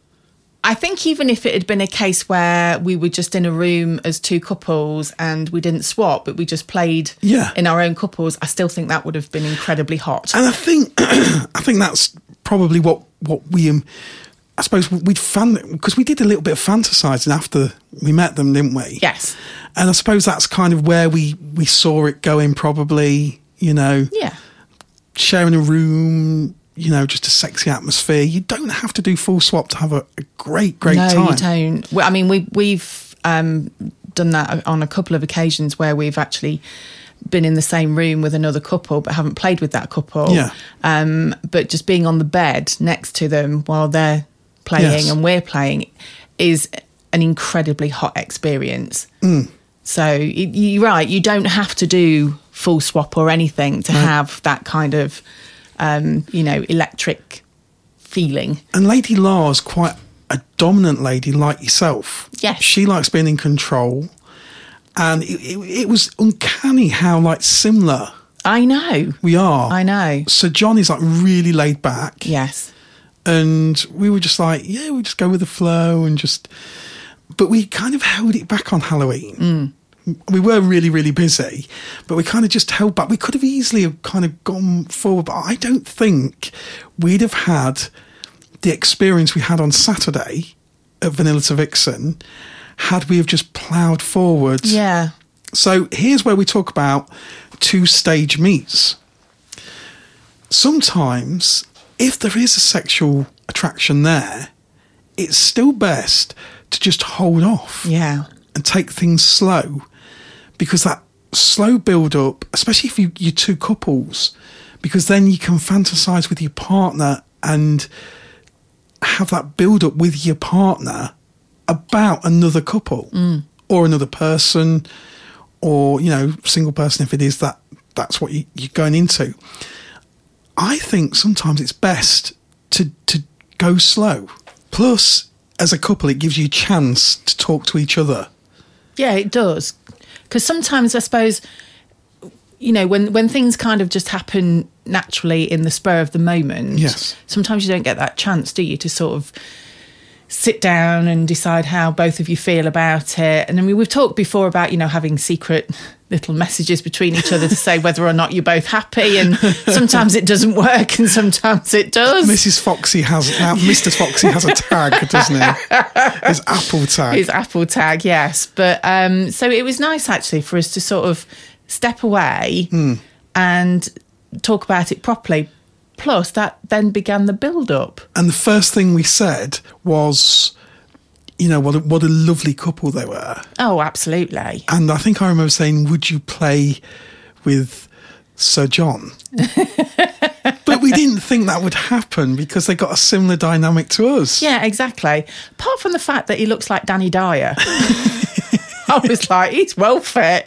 Speaker 3: I think even if it had been a case where we were just in a room as two couples and we didn't swap, but we just played
Speaker 2: Yeah.
Speaker 3: in our own couples, I still think that would have been incredibly hot.
Speaker 2: And I think (clears throat) I think that's probably what what we um, I suppose we'd fan because we did a little bit of fantasizing after we met them, didn't we?
Speaker 3: yes.
Speaker 2: And I suppose that's kind of where we we saw it going. Probably, you know,
Speaker 3: Yeah.
Speaker 2: sharing a room. You know, just a sexy atmosphere. You don't have to do full swap to have a, a great, great
Speaker 3: no,
Speaker 2: time.
Speaker 3: you don't. Well, I mean, we we've um, done that on a couple of occasions where we've actually been in the same room with another couple but haven't played with that couple.
Speaker 2: Yeah.
Speaker 3: Um, but just being on the bed next to them while they're playing
Speaker 2: Yes.
Speaker 3: and we're playing is an incredibly hot experience.
Speaker 2: Mm.
Speaker 3: So y- you're right. You don't have to do full swap or anything to have that kind of, um, you know, electric feeling.
Speaker 2: And Lady La's quite a dominant lady like yourself.
Speaker 3: Yes.
Speaker 2: She likes being in control. And it, it, it was uncanny how like similar
Speaker 3: I know.
Speaker 2: we are.
Speaker 3: I know.
Speaker 2: So John is like really laid back.
Speaker 3: Yes.
Speaker 2: And we were just like, yeah, we just go with the flow and just but we kind of held it back on Halloween.
Speaker 3: Mm.
Speaker 2: We were really, really busy, but we kind of just held back. We could have easily have kind of gone forward, but I don't think we'd have had the experience we had on Saturday at Vanilla to Vixen had we have just ploughed forward.
Speaker 3: Yeah.
Speaker 2: So here's where we talk about two stage meets. Sometimes, if there is a sexual attraction there, it's still best to just hold off
Speaker 3: Yeah.
Speaker 2: and take things slow because that slow build up, especially if you, you're two couples, because then you can fantasize with your partner and have that build up with your partner about another couple or another person or, you know, single person if it is that that's what you, you're going into. I think sometimes it's best to to go slow. Plus, as a couple, it gives you a chance to talk to each other.
Speaker 3: Yeah, it does. Because sometimes I suppose, you know, when, when things kind of just happen naturally in the spur of the moment,
Speaker 2: Yes.
Speaker 3: sometimes you don't get that chance, do you, to sort of sit down and decide how both of you feel about it. And I mean, we've talked before about, you know, having secret little messages between each other to say whether or not you're both happy. And sometimes it doesn't work and sometimes
Speaker 2: (laughs)
Speaker 3: it does.
Speaker 2: Mrs. Foxy has now. Mr. Foxy has a tag, doesn't he? His Apple tag.
Speaker 3: his Apple tag, yes. But um, so it was nice actually for us to sort of step away and talk about it properly. Plus, that then began the build up.
Speaker 2: and the first thing we said was, you know, what a, what a lovely couple they were.
Speaker 3: Oh, absolutely.
Speaker 2: And I think I remember saying, "Would you play with Sir John?" but we didn't think that would happen because they got a similar dynamic to us.
Speaker 3: Yeah, exactly. Apart from the fact that he looks like Danny Dyer. (laughs) I was like, he's well fit.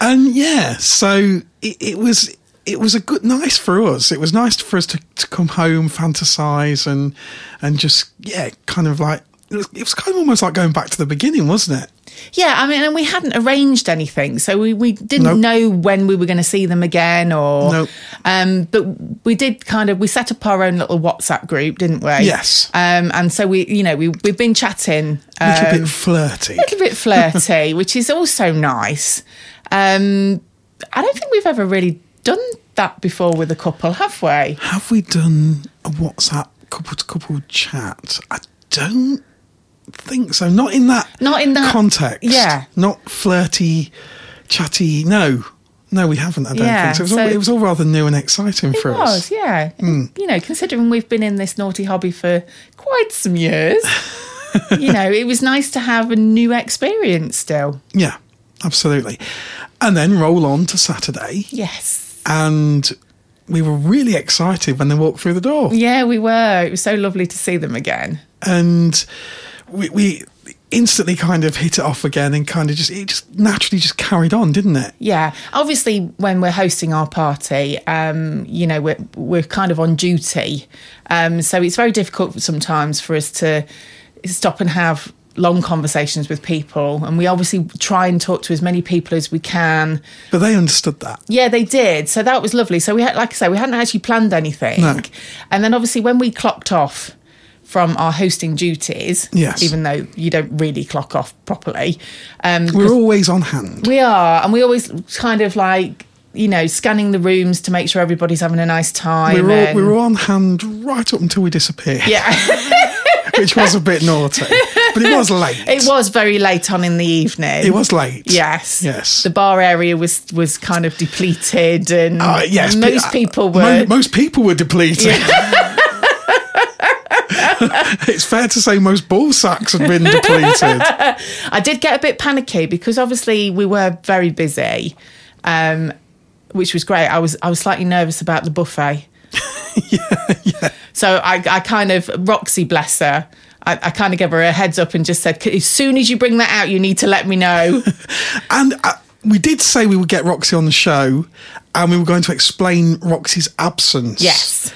Speaker 2: And yeah, so it, it was it was a good nice for us. It was nice for us to, to come home, fantasize, and and just yeah, kind of like it was, it was kind of almost like going back to the beginning, wasn't it?
Speaker 3: Yeah, I mean, and we hadn't arranged anything, so we, we didn't
Speaker 2: Nope.
Speaker 3: know when we were going to see them again, or
Speaker 2: Nope.
Speaker 3: um, but we did kind of we set up our own little WhatsApp group, didn't we?
Speaker 2: Yes.
Speaker 3: Um, and so we, you know, we we've been chatting
Speaker 2: A
Speaker 3: um,
Speaker 2: little bit flirty.
Speaker 3: a little
Speaker 2: (laughs)
Speaker 3: bit flirty, which is also nice. Um, I don't think we've ever really done that before with a couple, have we?
Speaker 2: Have we done a WhatsApp couple to couple chat? I don't think so. Not in that.
Speaker 3: Not in that-
Speaker 2: context.
Speaker 3: yeah.
Speaker 2: Not flirty, chatty. No, no, we haven't. I don't
Speaker 3: Yeah,
Speaker 2: think so. It was, all,
Speaker 3: so-
Speaker 2: it was all rather new and exciting for
Speaker 3: It
Speaker 2: us. Hmm.
Speaker 3: was, yeah. You know, considering we've been in this naughty hobby for quite
Speaker 2: (laughs)
Speaker 3: some years, you know, it was nice to have a new experience still.
Speaker 2: Yeah, absolutely. And then roll on to Saturday,
Speaker 3: Yes.
Speaker 2: and we were really excited when they walked through the door,
Speaker 3: Yeah, we were. It was so lovely to see them again.
Speaker 2: and we, we instantly kind of hit it off again, and kind of just it just naturally just carried on, didn't it?
Speaker 3: Yeah. Obviously, when we're hosting our party, um, you know, we're, we're kind of on duty. Um, so it's very difficult sometimes for us to stop and have long conversations with people, and we obviously try and talk to as many people as we can.
Speaker 2: But they understood that.
Speaker 3: Yeah, they did. So that was lovely. So we had, like I say, we hadn't actually planned anything.
Speaker 2: No.
Speaker 3: And then obviously when we clocked off from our hosting duties,
Speaker 2: Yes.
Speaker 3: even though you don't really clock off properly, um,
Speaker 2: We're always on hand.
Speaker 3: we are, and we always kind of like you know scanning the rooms to make sure everybody's having a nice time.
Speaker 2: We're all,
Speaker 3: and-
Speaker 2: we're all on hand right up until we disappear,
Speaker 3: yeah.
Speaker 2: (laughs)
Speaker 3: (laughs)
Speaker 2: which was a bit naughty. But it was late.
Speaker 3: (laughs) It was very late on in the evening.
Speaker 2: It was late.
Speaker 3: Yes.
Speaker 2: Yes.
Speaker 3: The bar area was was kind of depleted, and
Speaker 2: Uh, yes. pe-
Speaker 3: most
Speaker 2: uh,
Speaker 3: people
Speaker 2: mo-
Speaker 3: were.
Speaker 2: most people were depleted. (laughs) it's fair to say most ball sacks had been
Speaker 3: (laughs)
Speaker 2: depleted.
Speaker 3: I did get a bit panicky because obviously we were very busy, um, which was great. I was I was slightly nervous about the buffet. So I, I kind of Roxy bless her. I, I kind of gave her a heads up and just said, as soon as you bring that out, you need to let me know. (laughs)
Speaker 2: And uh, we did say we would get Roxy on the show and we were going to explain Roxy's absence.
Speaker 3: yes.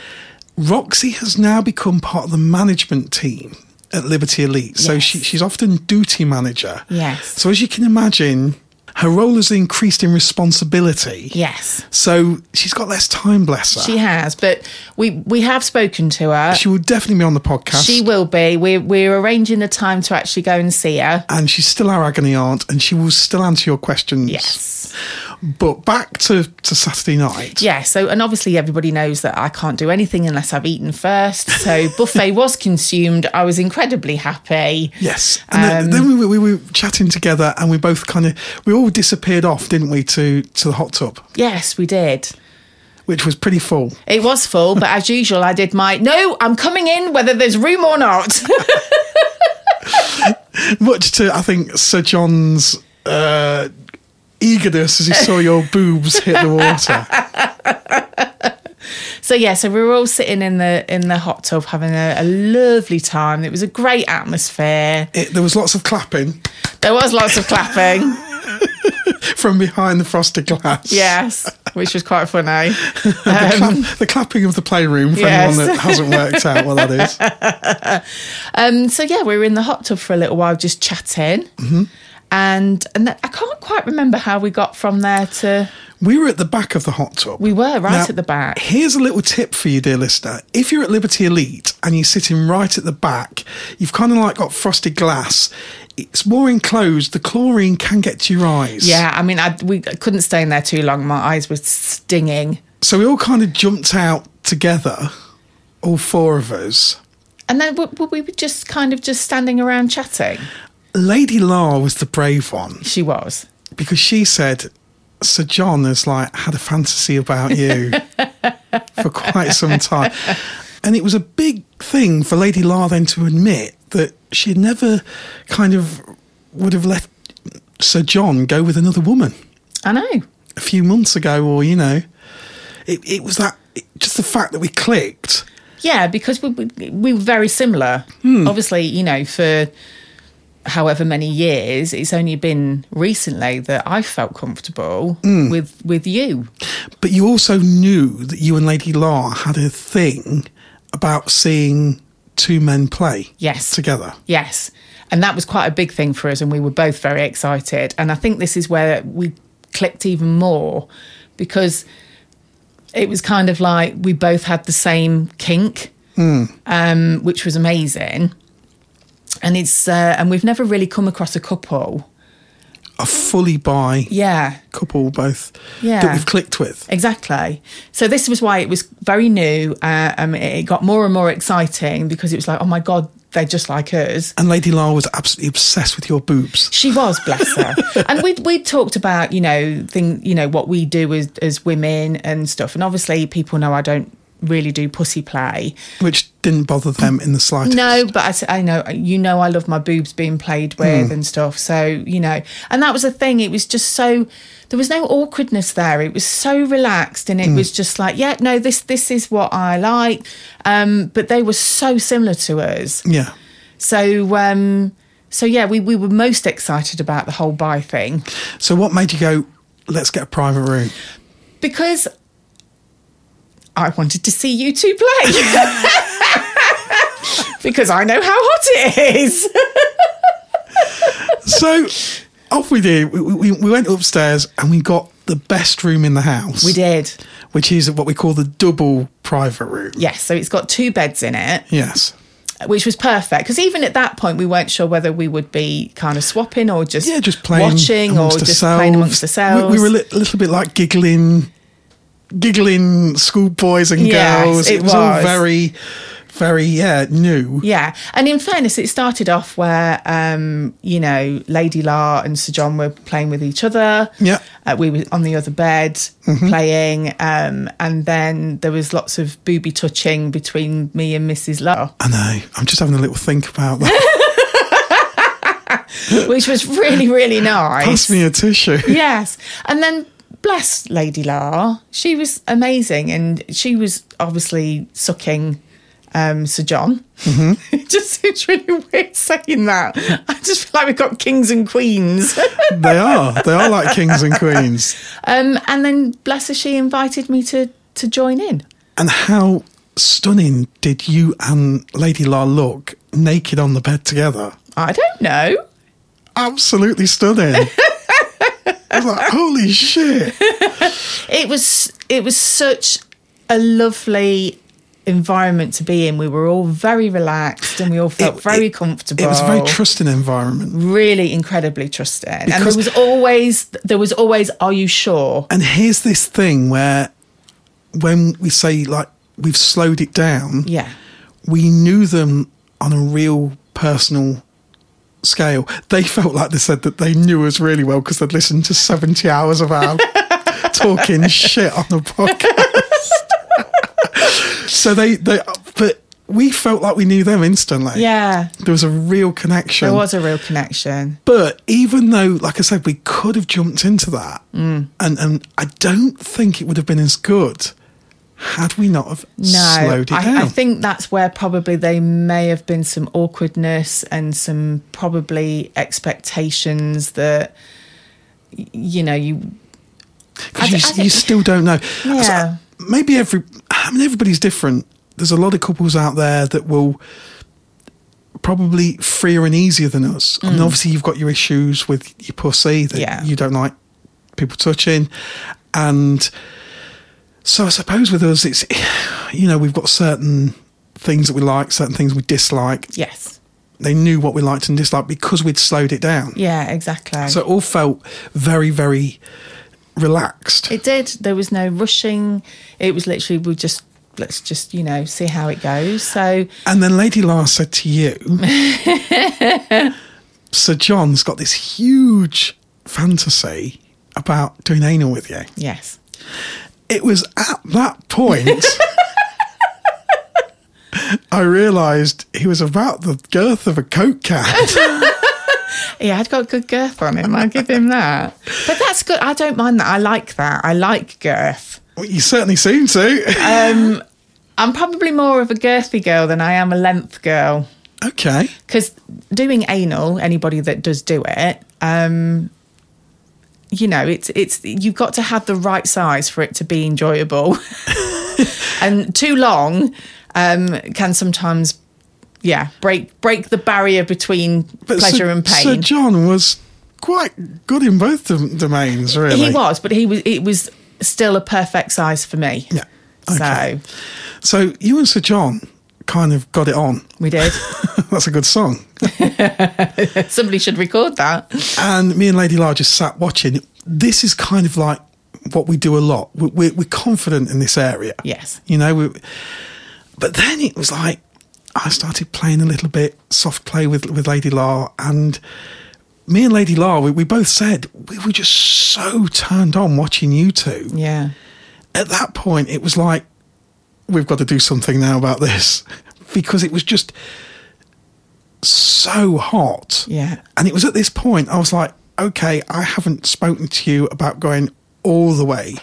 Speaker 2: Roxy has now become part of the management team at Liberty Elite. So
Speaker 3: Yes.
Speaker 2: she, she's often duty manager.
Speaker 3: Yes.
Speaker 2: So as you can imagine, her role has increased in responsibility.
Speaker 3: Yes.
Speaker 2: So she's got less time, bless her.
Speaker 3: She has, but we we have spoken to her.
Speaker 2: She will definitely be on the podcast.
Speaker 3: She will be. We're we're arranging the time to actually go and see her.
Speaker 2: and she's still our agony aunt, and she will still answer your questions.
Speaker 3: Yes.
Speaker 2: But back to, to Saturday night.
Speaker 3: Yeah. So and obviously everybody knows that I can't do anything unless I've eaten first. So buffet was consumed. I was incredibly happy.
Speaker 2: Yes. And then, then
Speaker 3: Um,
Speaker 2: we, were- we were chatting together, and we both kind of we all disappeared off, didn't we, to to the hot tub,
Speaker 3: Yes, we did.
Speaker 2: which was pretty full.
Speaker 3: It was full, but as usual, I did my no. I'm coming in whether there's room or not.
Speaker 2: Much to I think Sir John's. Uh, Eagerness as he saw
Speaker 3: (laughs)
Speaker 2: your boobs hit the water.
Speaker 3: so yeah, so we were all sitting in the in the hot tub having a, a lovely time. It was a great atmosphere.
Speaker 2: It, there was lots of clapping
Speaker 3: There was lots of clapping.
Speaker 2: from behind the frosted glass.
Speaker 3: Yes, which was quite funny.
Speaker 2: The, clap, the clapping of the playroom for
Speaker 3: um, Yes.
Speaker 2: anyone that hasn't worked out what that is.
Speaker 3: Um, so yeah, we were in the hot tub for a little while, just chatting, and and I can't quite remember how we got from there to
Speaker 2: We were at the back of the hot tub.
Speaker 3: we were right
Speaker 2: Now,
Speaker 3: at the back.
Speaker 2: Here's a little tip for you, dear listener. If you're at Liberty Elite and you're sitting right at the back, you've kind of like got frosted glass. It's more enclosed. The chlorine can get to your eyes.
Speaker 3: Yeah, I mean, I we I couldn't stay in there too long. My eyes were stinging,
Speaker 2: So we all kind of jumped out together, all four of us.
Speaker 3: and then we, we were just kind of just standing around chatting.
Speaker 2: Lady La was the brave one
Speaker 3: She was.
Speaker 2: because she said, Sir John has like had a fantasy about you for quite some time. And it was a big thing for Lady La then to admit that she had never kind of would have let Sir John go with another woman
Speaker 3: I know.
Speaker 2: a few months ago, or you know, it, it was that it- just the fact that we clicked.
Speaker 3: Yeah, because we we, we were very similar. Obviously, you know, for however many years, it's only been recently that I felt comfortable with with you.
Speaker 2: But you also knew that you and Lady La had a thing about seeing two men play
Speaker 3: Yes.
Speaker 2: together.
Speaker 3: Yes. And that was quite a big thing for us, and we were both very excited. And I think this is where we clicked even more because it was kind of like we both had the same kink, um, which was amazing. And it's uh, and we've never really come across a couple.
Speaker 2: A fully bi
Speaker 3: Yeah,
Speaker 2: couple both that
Speaker 3: Yeah.
Speaker 2: we've clicked with.
Speaker 3: exactly. So this was why it was very new. Uh, um, it got more and more exciting because it was like, oh my god, they're just like us.
Speaker 2: And Lady La was absolutely obsessed with your boobs.
Speaker 3: She was, bless her. and we we talked about you know thing you know what we do as as women and stuff. And obviously, people know I don't really do pussy play.
Speaker 2: Which didn't bother them in the slightest.
Speaker 3: No, but I s- I, know you know I love my boobs being played with and stuff. So you know, and that was the thing. It was just so there was no awkwardness there. It was so relaxed, and it was just like, yeah, no, this this is what I like. Um, but they were so similar to us.
Speaker 2: Yeah.
Speaker 3: So um, so yeah, we we were most excited about the whole buy thing.
Speaker 2: So what made you go, let's get a private room?
Speaker 3: because I wanted to see you
Speaker 2: (laughs)
Speaker 3: two play. because I know how hot it is.
Speaker 2: so off we did. We, we, we went upstairs and we got the best room in the house.
Speaker 3: We did.
Speaker 2: Which is what we call the double private room.
Speaker 3: Yes. So it's got two beds in it,
Speaker 2: Yes.
Speaker 3: which was perfect because even at that point we weren't sure whether we would be kind of swapping or just
Speaker 2: Yeah, just playing
Speaker 3: watching or
Speaker 2: amongst
Speaker 3: just
Speaker 2: ourselves.
Speaker 3: playing amongst
Speaker 2: We-
Speaker 3: ourselves.
Speaker 2: We, were a li- little bit like giggling, giggling schoolboys and
Speaker 3: Yes,
Speaker 2: girls.
Speaker 3: it
Speaker 2: all
Speaker 3: was.
Speaker 2: very, very yeah new.
Speaker 3: Yeah, and in fairness, it started off where um, you know Lady La and Sir John were playing with each other.
Speaker 2: Yeah.
Speaker 3: uh, we were on the other bed playing, um, and then there was lots of booby touching between me and Mrs. La, (gasps)
Speaker 2: I know. I'm just having a little think about
Speaker 3: (laughs)
Speaker 2: that.
Speaker 3: which was really really nice.
Speaker 2: Pass me a tissue. (laughs)
Speaker 3: (laughs) yes, and then. Bless Lady La. She was amazing and she was obviously sucking um, Sir John.
Speaker 2: Mm-hmm.
Speaker 3: it (laughs) just seems really weird saying that. I just feel like we've got kings and queens. (laughs)
Speaker 2: they are. They are like kings and queens.
Speaker 3: Um, and then, bless her, she invited me to to join in.
Speaker 2: And how stunning did you and Lady La look naked on the bed together?
Speaker 3: I don't know.
Speaker 2: Absolutely stunning.
Speaker 3: (laughs)
Speaker 2: I was like, holy shit.
Speaker 3: It was it was such a lovely environment to be in. We were all very relaxed and we all felt
Speaker 2: It-
Speaker 3: very
Speaker 2: it-
Speaker 3: comfortable.
Speaker 2: It was a very trusting environment.
Speaker 3: really incredibly trusted. and there
Speaker 2: Because-
Speaker 3: was always there was always are you sure?
Speaker 2: And here's this thing where when we say like we've slowed it down,
Speaker 3: Yeah.
Speaker 2: we knew them on a real personal scale. They felt like they said that they knew us really well because they'd listened to 70 hours of
Speaker 3: (laughs)
Speaker 2: our talking shit on the podcast. so they, they, but we felt like we knew them instantly.
Speaker 3: Yeah.
Speaker 2: There was a real connection.
Speaker 3: There was a real connection.
Speaker 2: But even though, like I said, we could have jumped into that,
Speaker 3: Mm.
Speaker 2: and and I don't think it would have been as good had we not have
Speaker 3: No,
Speaker 2: slowed it
Speaker 3: I,
Speaker 2: down.
Speaker 3: I think that's where probably they may have been some awkwardness and some probably expectations that y- you know you.
Speaker 2: 'Cause you,
Speaker 3: I th- I
Speaker 2: you
Speaker 3: think-
Speaker 2: still don't know. So,
Speaker 3: Yeah.
Speaker 2: maybe every. I mean, everybody's different. There's a lot of couples out there that will probably freer and easier than us. And obviously, you've got your issues with your pussy that
Speaker 3: Mm. Yeah.
Speaker 2: you don't like people touching, and so I suppose with us, it's you know we've got certain things that we like, certain things we dislike.
Speaker 3: Yes.
Speaker 2: They knew what we liked and disliked because we'd slowed it down.
Speaker 3: Yeah. Exactly.
Speaker 2: So it all felt very, very relaxed.
Speaker 3: it did. There was no rushing. It was literally we just let's just you know see how it goes. So
Speaker 2: And then Lady Lar said to
Speaker 3: (laughs)
Speaker 2: you, Sir John's got this huge fantasy about doing anal with you.
Speaker 3: yes.
Speaker 2: It was at that
Speaker 3: (laughs)
Speaker 2: point I realised he was about the girth of a Coke
Speaker 3: (laughs)
Speaker 2: can.
Speaker 3: Yeah, I'd got good girth on him. I'll give him that. But that's good. I don't mind that. I like that. I like girth.
Speaker 2: Well, you certainly seem to.
Speaker 3: I'm probably more of a girthy girl than I am a length girl.
Speaker 2: okay.
Speaker 3: because doing anal, anybody that does do it, um, you know, it's it's you've got to have the right size for it to be enjoyable, (laughs) and too long um, can sometimes, yeah, break break the barrier between pleasure
Speaker 2: Sir,
Speaker 3: and
Speaker 2: Sir
Speaker 3: pain.
Speaker 2: John was quite good in both dom- domains, really.
Speaker 3: He was, but he was it was still a perfect size for me.
Speaker 2: Yeah. Okay.
Speaker 3: So
Speaker 2: So you and Sir John kind of got it on. (laughs)
Speaker 3: we did.
Speaker 2: That's a good song.
Speaker 3: Somebody should record that.
Speaker 2: and me and Lady La just sat watching. This is kind of like what we do a lot. We're, we're, we're confident in this area.
Speaker 3: Yes.
Speaker 2: You know, we, but then it was like I started playing a little bit soft play with, with Lady La and me and Lady La, we, we both said we were just so turned on watching you two.
Speaker 3: Yeah.
Speaker 2: At that point, it was like, we've got to do something now about this (laughs) because it was just so hot.
Speaker 3: Yeah.
Speaker 2: And it was at this point I was like, okay, I haven't spoken to you about going all the way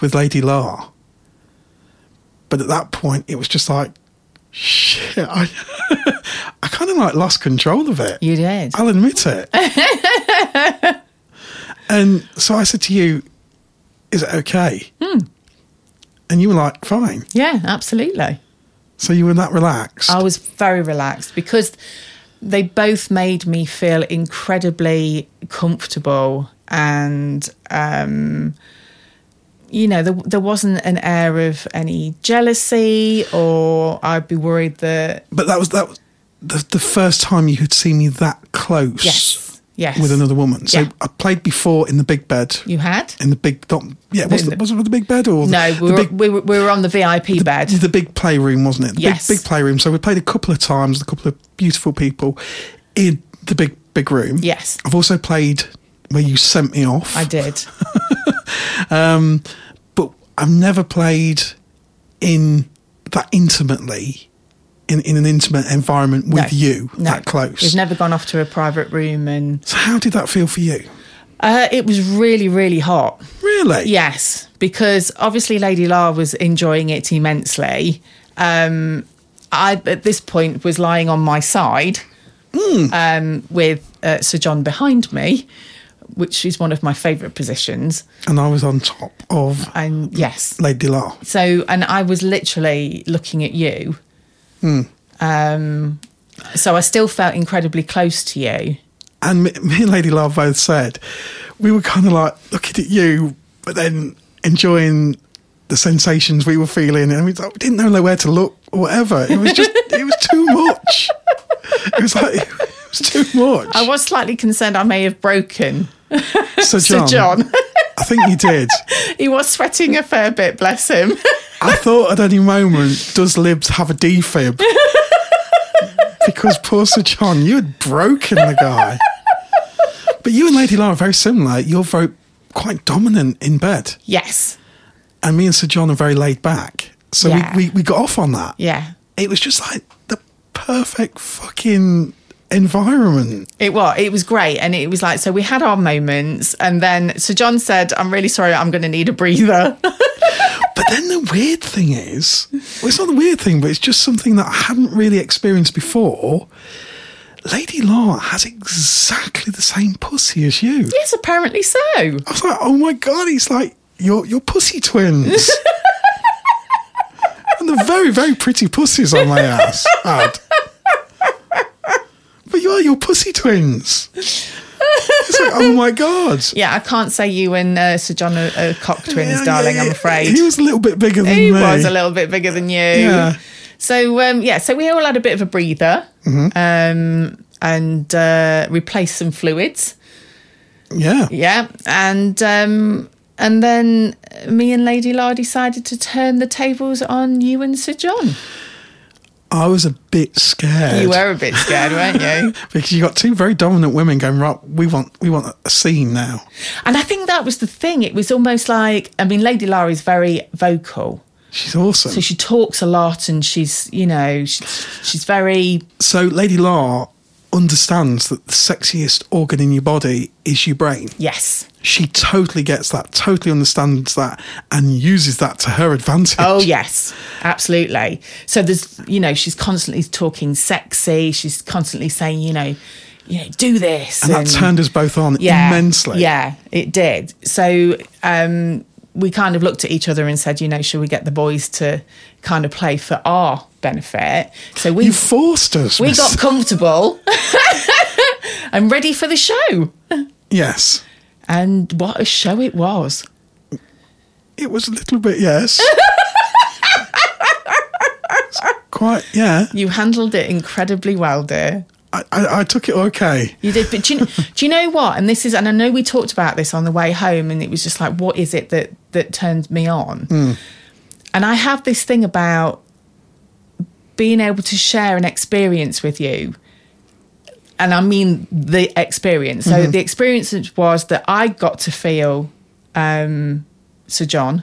Speaker 2: with Lady La. But at that point, it was just like, (laughs) shit, I, (laughs) I kind of like lost control of it.
Speaker 3: You did.
Speaker 2: I'll admit it.
Speaker 3: (laughs)
Speaker 2: and so I said to you, is it okay?
Speaker 3: Hmm.
Speaker 2: And you were like, fine.
Speaker 3: Yeah, absolutely.
Speaker 2: So you were that relaxed.
Speaker 3: I was very relaxed because they both made me feel incredibly comfortable and um you know there, there wasn't an air of any jealousy or i'd be worried that
Speaker 2: But that was that was the, the first time you had seen me that close
Speaker 3: yes yes
Speaker 2: with another woman. So
Speaker 3: Yeah.
Speaker 2: I played before in the big bed.
Speaker 3: you had
Speaker 2: In the big, not, yeah, was,
Speaker 3: In
Speaker 2: the,
Speaker 3: the-
Speaker 2: was it the big bed or
Speaker 3: no
Speaker 2: the,
Speaker 3: we
Speaker 2: the
Speaker 3: were,
Speaker 2: big
Speaker 3: we, were, we were on the vip bed
Speaker 2: the big playroom, wasn't it? The
Speaker 3: Yes.
Speaker 2: big, big playroom. So we played a couple of times, with a couple of beautiful people in the big, big room.
Speaker 3: Yes.
Speaker 2: I've also played where you sent me off,
Speaker 3: i did
Speaker 2: but I've never played in that intimately, in, in an intimate environment with
Speaker 3: No,
Speaker 2: you
Speaker 3: no.
Speaker 2: that
Speaker 3: we've
Speaker 2: close.
Speaker 3: never gone off to a private room and
Speaker 2: so how did that feel for you?
Speaker 3: uh, it was really really hot
Speaker 2: Really?
Speaker 3: Yes, because obviously Lady La was enjoying it immensely. Um, I at this point was lying on my side
Speaker 2: Hmm.
Speaker 3: um, with uh, Sir John behind me, which is one of my favourite positions.
Speaker 2: And I was on top of
Speaker 3: And yes,
Speaker 2: Lady La.
Speaker 3: so and I was literally looking at you.
Speaker 2: Hmm.
Speaker 3: Um, so I still felt incredibly close to you.
Speaker 2: And me, me and Lady Love both said we were kind of like looking at you, but then enjoying the sensations we were feeling, and we thought- didn't know where to look or whatever. It was just, it was too much. It was like (laughs) it was too much.
Speaker 3: I was slightly concerned I may have broken
Speaker 2: Sir
Speaker 3: Sir John. (laughs)
Speaker 2: I think you did.
Speaker 3: he was sweating a fair bit, bless him. (laughs)
Speaker 2: I thought at any moment, does Libs have a
Speaker 3: (laughs)
Speaker 2: defib? because poor Sir John, you had broken the guy. But you and Lady Lara are very similar. You're very quite dominant in bed.
Speaker 3: yes.
Speaker 2: and me and Sir John are very laid back. So
Speaker 3: Yeah.
Speaker 2: we, we, we got off on that.
Speaker 3: Yeah.
Speaker 2: It was just like the perfect fucking environment.
Speaker 3: It was. It was great. And it was like, so we had our moments. And then Sir John said, I'm really sorry, I'm going to need a breather. (laughs)
Speaker 2: But then the weird thing is, well, it's not the weird thing, but it's just something that I hadn't really experienced before. Lady Law has exactly the same pussy as you.
Speaker 3: yes, apparently so.
Speaker 2: I was like, oh my God, it's like you're, you're pussy twins. and the very, very pretty pussies on my ass. Ad. But you are your pussy twins. It's like, oh my God.
Speaker 3: Yeah, I can't say you and uh, Sir John are, are cock (laughs) twins, darling, I'm afraid.
Speaker 2: He was a little bit bigger than
Speaker 3: He
Speaker 2: me.
Speaker 3: was a little bit bigger than you.
Speaker 2: Yeah.
Speaker 3: So, um, yeah, so we all had a bit of a breather
Speaker 2: Mm-hmm.
Speaker 3: um, and uh, replaced some fluids.
Speaker 2: Yeah.
Speaker 3: Yeah, and um, and then me and Lady La decided to turn the tables on you and Sir John.
Speaker 2: I was a bit scared.
Speaker 3: You were a bit scared, weren't you?
Speaker 2: Because you got two very dominant women going, right, we want, we want a scene now.
Speaker 3: (laughs) And I think that was the thing. It was almost like I mean, Lady Lara is very vocal,
Speaker 2: She's awesome.
Speaker 3: so she talks a lot, and she's you know she, she's very
Speaker 2: So Lady La understands that the sexiest organ in your body is your brain.
Speaker 3: yes.
Speaker 2: She totally gets that, totally understands that, and uses that to her advantage.
Speaker 3: Oh yes, absolutely. So there's you know she's constantly talking sexy. She's constantly saying you know you know do this
Speaker 2: And that turned us both on
Speaker 3: yeah,
Speaker 2: immensely.
Speaker 3: Yeah, it did. So um, we kind of looked at each other and said, you know, should we get the boys to kind of play for our benefit? So we
Speaker 2: You forced us.
Speaker 3: we
Speaker 2: Miss-
Speaker 3: got comfortable (laughs) and ready for the show.
Speaker 2: Yes.
Speaker 3: And what a show it was.
Speaker 2: It was a little bit,
Speaker 3: (laughs)
Speaker 2: yes. It's Quite, yeah.
Speaker 3: You handled it incredibly well, dear.
Speaker 2: I, I, I took it okay.
Speaker 3: You did, but do you, do you know what? And this is, and I know we talked about this on the way home, and it was just like, what is it that that turns me on? And I have this thing about being able to share an experience with you, and I mean the experience. So the experience was that I got to feel um, Sir John,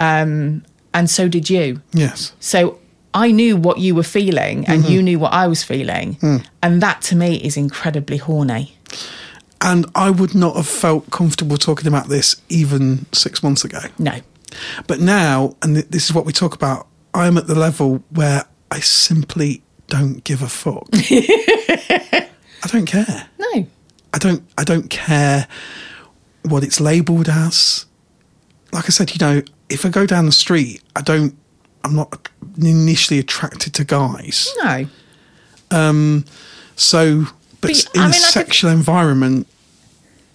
Speaker 3: um, and so did you.
Speaker 2: Yes.
Speaker 3: So I knew what you were feeling and you knew what I was feeling. And that to me is incredibly horny.
Speaker 2: And I would not have felt comfortable talking about this even six months ago.
Speaker 3: No.
Speaker 2: But now, and th- this is what we talk about, I'm at the level where I simply don't give a fuck.
Speaker 3: (laughs)
Speaker 2: I don't care.
Speaker 3: No.
Speaker 2: I don't. I don't care what it's labelled as. Like I said, you know, if I go down the street, I don't. I'm not initially attracted to guys.
Speaker 3: No.
Speaker 2: So, but,
Speaker 3: But,
Speaker 2: in
Speaker 3: I
Speaker 2: a
Speaker 3: mean, like a-
Speaker 2: sexual environment,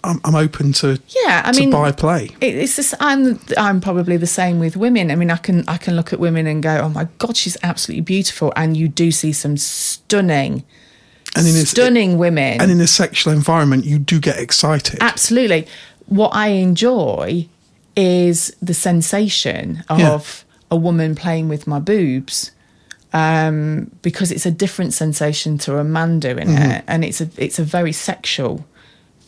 Speaker 2: I'm, I'm open to
Speaker 3: Yeah, I
Speaker 2: to
Speaker 3: mean,
Speaker 2: buy play.
Speaker 3: It- It's just, I'm I'm probably the same with women. I mean, I can I can look at women and go, oh my god, she's absolutely beautiful, and you do see some stunning,
Speaker 2: And in a,
Speaker 3: stunning women.
Speaker 2: and in a sexual environment, you do get excited.
Speaker 3: absolutely, what I enjoy is the sensation of
Speaker 2: Yeah.
Speaker 3: a woman playing with my boobs, um, because it's a different sensation to a man doing it, and it's a it's a very sexual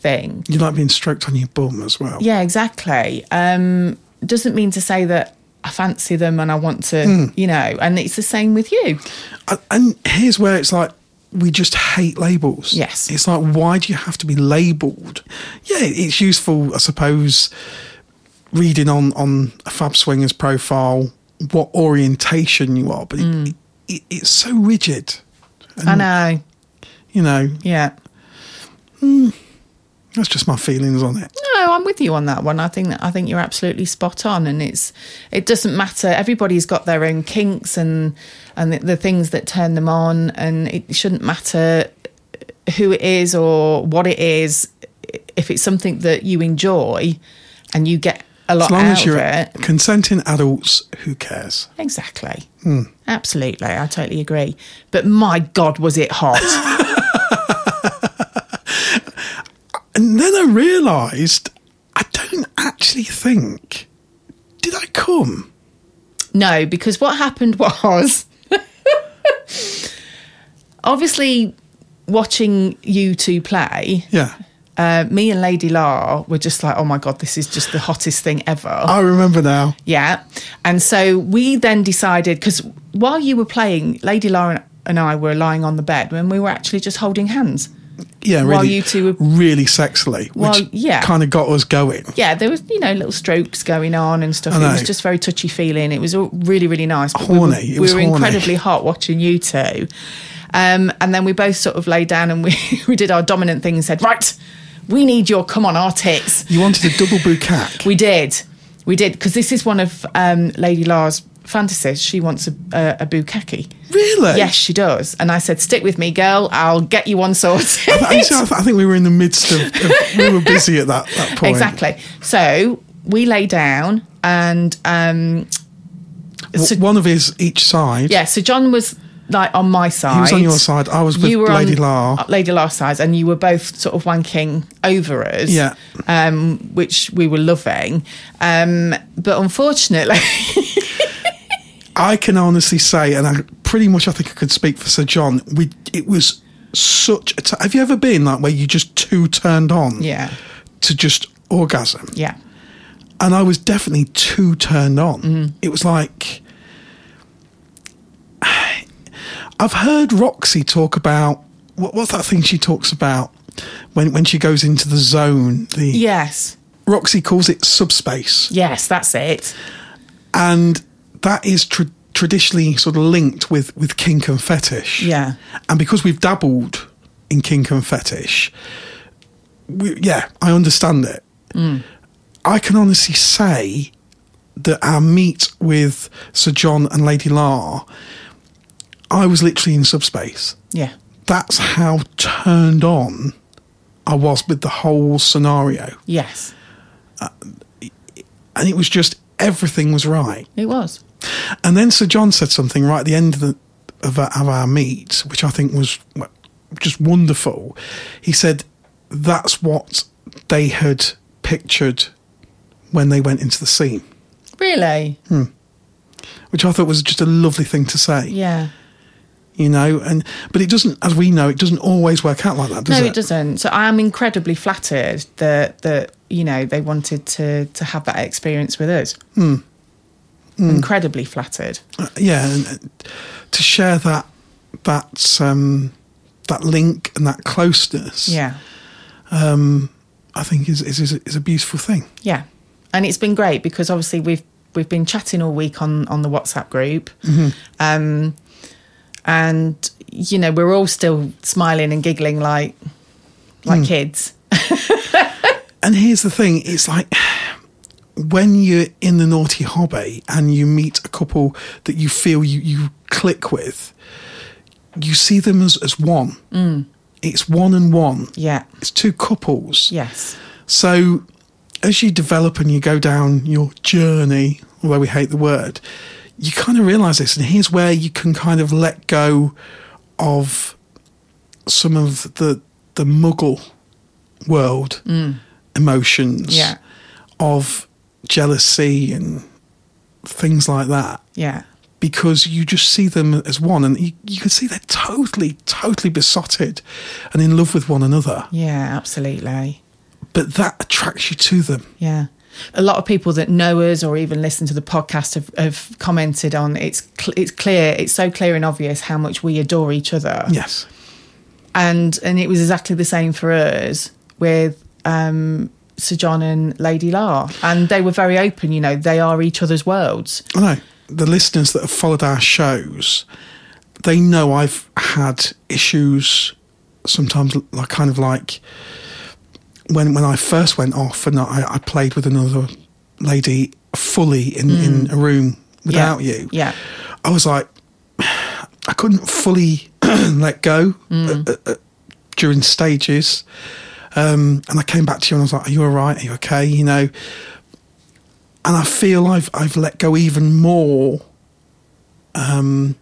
Speaker 3: thing.
Speaker 2: you like being stroked on your bum as well.
Speaker 3: Yeah, exactly. Um, doesn't mean to say that I fancy them and I want to, you know, and it's the same with you.
Speaker 2: And- And here's where it's like we just hate labels.
Speaker 3: Yes.
Speaker 2: It's like why do you have to be labeled? Yeah, it's useful, I suppose. Reading on on a Fab Swingers profile what orientation you are, but
Speaker 3: Mm.
Speaker 2: it, it, it's so rigid.
Speaker 3: I know.
Speaker 2: You know,
Speaker 3: Yeah.
Speaker 2: that's just my feelings on it.
Speaker 3: No, I'm with you on that one. I think that I think you're absolutely spot on, and it's it doesn't matter. Everybody's got their own kinks and and the, the things that turn them on, and it shouldn't matter who it is or what it is. If it's something that you enjoy and you get a lot
Speaker 2: As long
Speaker 3: out
Speaker 2: as you're
Speaker 3: of it,
Speaker 2: consenting adults, who cares?
Speaker 3: Exactly.
Speaker 2: Hmm.
Speaker 3: Absolutely. I totally agree. But my God, was it hot. (laughs)
Speaker 2: And then I realised I don't actually think. Did I come?
Speaker 3: no, because what happened (laughs) was obviously watching you two play,
Speaker 2: Yeah.
Speaker 3: uh, me and Lady La were just like, oh my God, this is just the hottest thing ever.
Speaker 2: I remember now.
Speaker 3: Yeah. And so we then decided because while you were playing, Lady Lauren and I were lying on the bed when we were actually just holding hands.
Speaker 2: Yeah, really.
Speaker 3: While you two were-
Speaker 2: really sexily,
Speaker 3: Well,
Speaker 2: which
Speaker 3: yeah.
Speaker 2: kind of got us going.
Speaker 3: yeah, there was you know little strokes going on and stuff.
Speaker 2: I
Speaker 3: It
Speaker 2: know.
Speaker 3: was just very touchy feeling. It was all really really nice. But
Speaker 2: Horny.
Speaker 3: We were,
Speaker 2: It was
Speaker 3: we were
Speaker 2: horny.
Speaker 3: incredibly hot watching you two, um, and then we both sort of lay down and we (laughs) we did our dominant thing and said, right, we need your come on our tits.
Speaker 2: You wanted a double bouquet.
Speaker 3: (laughs) We did, we did because this is one of um, Lady Lars. Fantasies. She wants a, a, a bukkake.
Speaker 2: really?
Speaker 3: Yes, she does. And I said, "Stick with me, girl. I'll get you
Speaker 2: (laughs)
Speaker 3: one sorted."
Speaker 2: I, so I, th- I think we were in the midst of, of we were busy at that, that point.
Speaker 3: (laughs) Exactly. So we lay down and um
Speaker 2: W-
Speaker 3: so-
Speaker 2: One of his each side.
Speaker 3: yeah, so John was like on my side.
Speaker 2: He was on your side. I was with Lady Lar.
Speaker 3: uh, Lady Lar's side, and you were both sort of wanking over us.
Speaker 2: Yeah.
Speaker 3: Um, which we were loving. Um, but unfortunately (laughs)
Speaker 2: I can honestly say, and I pretty much I think I could speak for Sir John. We it was such. A t- have you ever been like where you just too turned on?
Speaker 3: Yeah.
Speaker 2: To just orgasm.
Speaker 3: Yeah.
Speaker 2: and I was definitely too turned on. It was like I've heard Roxy talk about what, what's that thing she talks about when when she goes into the zone. The
Speaker 3: Yes.
Speaker 2: Roxy calls it subspace,
Speaker 3: Yes, that's it.
Speaker 2: and that is tra- traditionally sort of linked with with kink and fetish.
Speaker 3: Yeah.
Speaker 2: and because we've dabbled in kink and fetish, we, yeah, I understand it. I can honestly say that our meet with Sir John and Lady Lar, I was literally in subspace.
Speaker 3: Yeah.
Speaker 2: That's how turned on I was with the whole scenario.
Speaker 3: Yes.
Speaker 2: And it was just everything was right.
Speaker 3: It was.
Speaker 2: And then Sir John said something right at the end of, the, of, our, of our meet, which I think was w- just wonderful. He said that's what they had pictured when they went into the scene,
Speaker 3: Really?
Speaker 2: Mm. which I thought was just a lovely thing to say.
Speaker 3: Yeah.
Speaker 2: You know, and but it doesn't, as we know, it doesn't always work out like that, does
Speaker 3: no,
Speaker 2: it?
Speaker 3: it doesn't. So I am incredibly flattered that that you know they wanted to to have that experience with us.
Speaker 2: Hmm.
Speaker 3: Incredibly flattered.
Speaker 2: Uh, yeah, and, and to share that that um, that link and that closeness,
Speaker 3: Yeah,
Speaker 2: I think is is is a, is a beautiful thing.
Speaker 3: yeah, and it's been great because obviously we've we've been chatting all week on on the WhatsApp group, um, and you know we're all still smiling and giggling like like kids.
Speaker 2: And here's the thing it's like when you're in the naughty hobby and you meet a couple that you feel you, you click with, you see them as, as one. it's one and one.
Speaker 3: Yeah.
Speaker 2: It's two couples.
Speaker 3: Yes.
Speaker 2: So, as you develop and you go down your journey, although we hate the word, you kind of realize this. And here's where you can kind of let go of some of the the muggle world emotions
Speaker 3: Yeah.
Speaker 2: of jealousy and things like that
Speaker 3: Yeah.
Speaker 2: because you just see them as one and you, you can see they're totally totally besotted and in love with one another
Speaker 3: Yeah. Absolutely.
Speaker 2: but that attracts you to them
Speaker 3: Yeah. A lot of people that know us or even listen to the podcast have, have commented on it's cl- it's clear it's so clear and obvious how much we adore each other
Speaker 2: yes
Speaker 3: and and it was exactly the same for us with um, Sir John and Lady La and they were very open you know they are each other's worlds
Speaker 2: No, the listeners that have followed our shows, they know I've had issues sometimes, like kind of like when when I first went off and I, I played with another lady fully in, in a room without
Speaker 3: yeah.
Speaker 2: you.
Speaker 3: yeah
Speaker 2: I was like, (sighs) I couldn't fully (clears throat) let go uh, uh, uh, during stages. Um, and I came back to you and I was like, "Are you all right? Are you okay?" You know. And I feel I've I've let go even more. Um,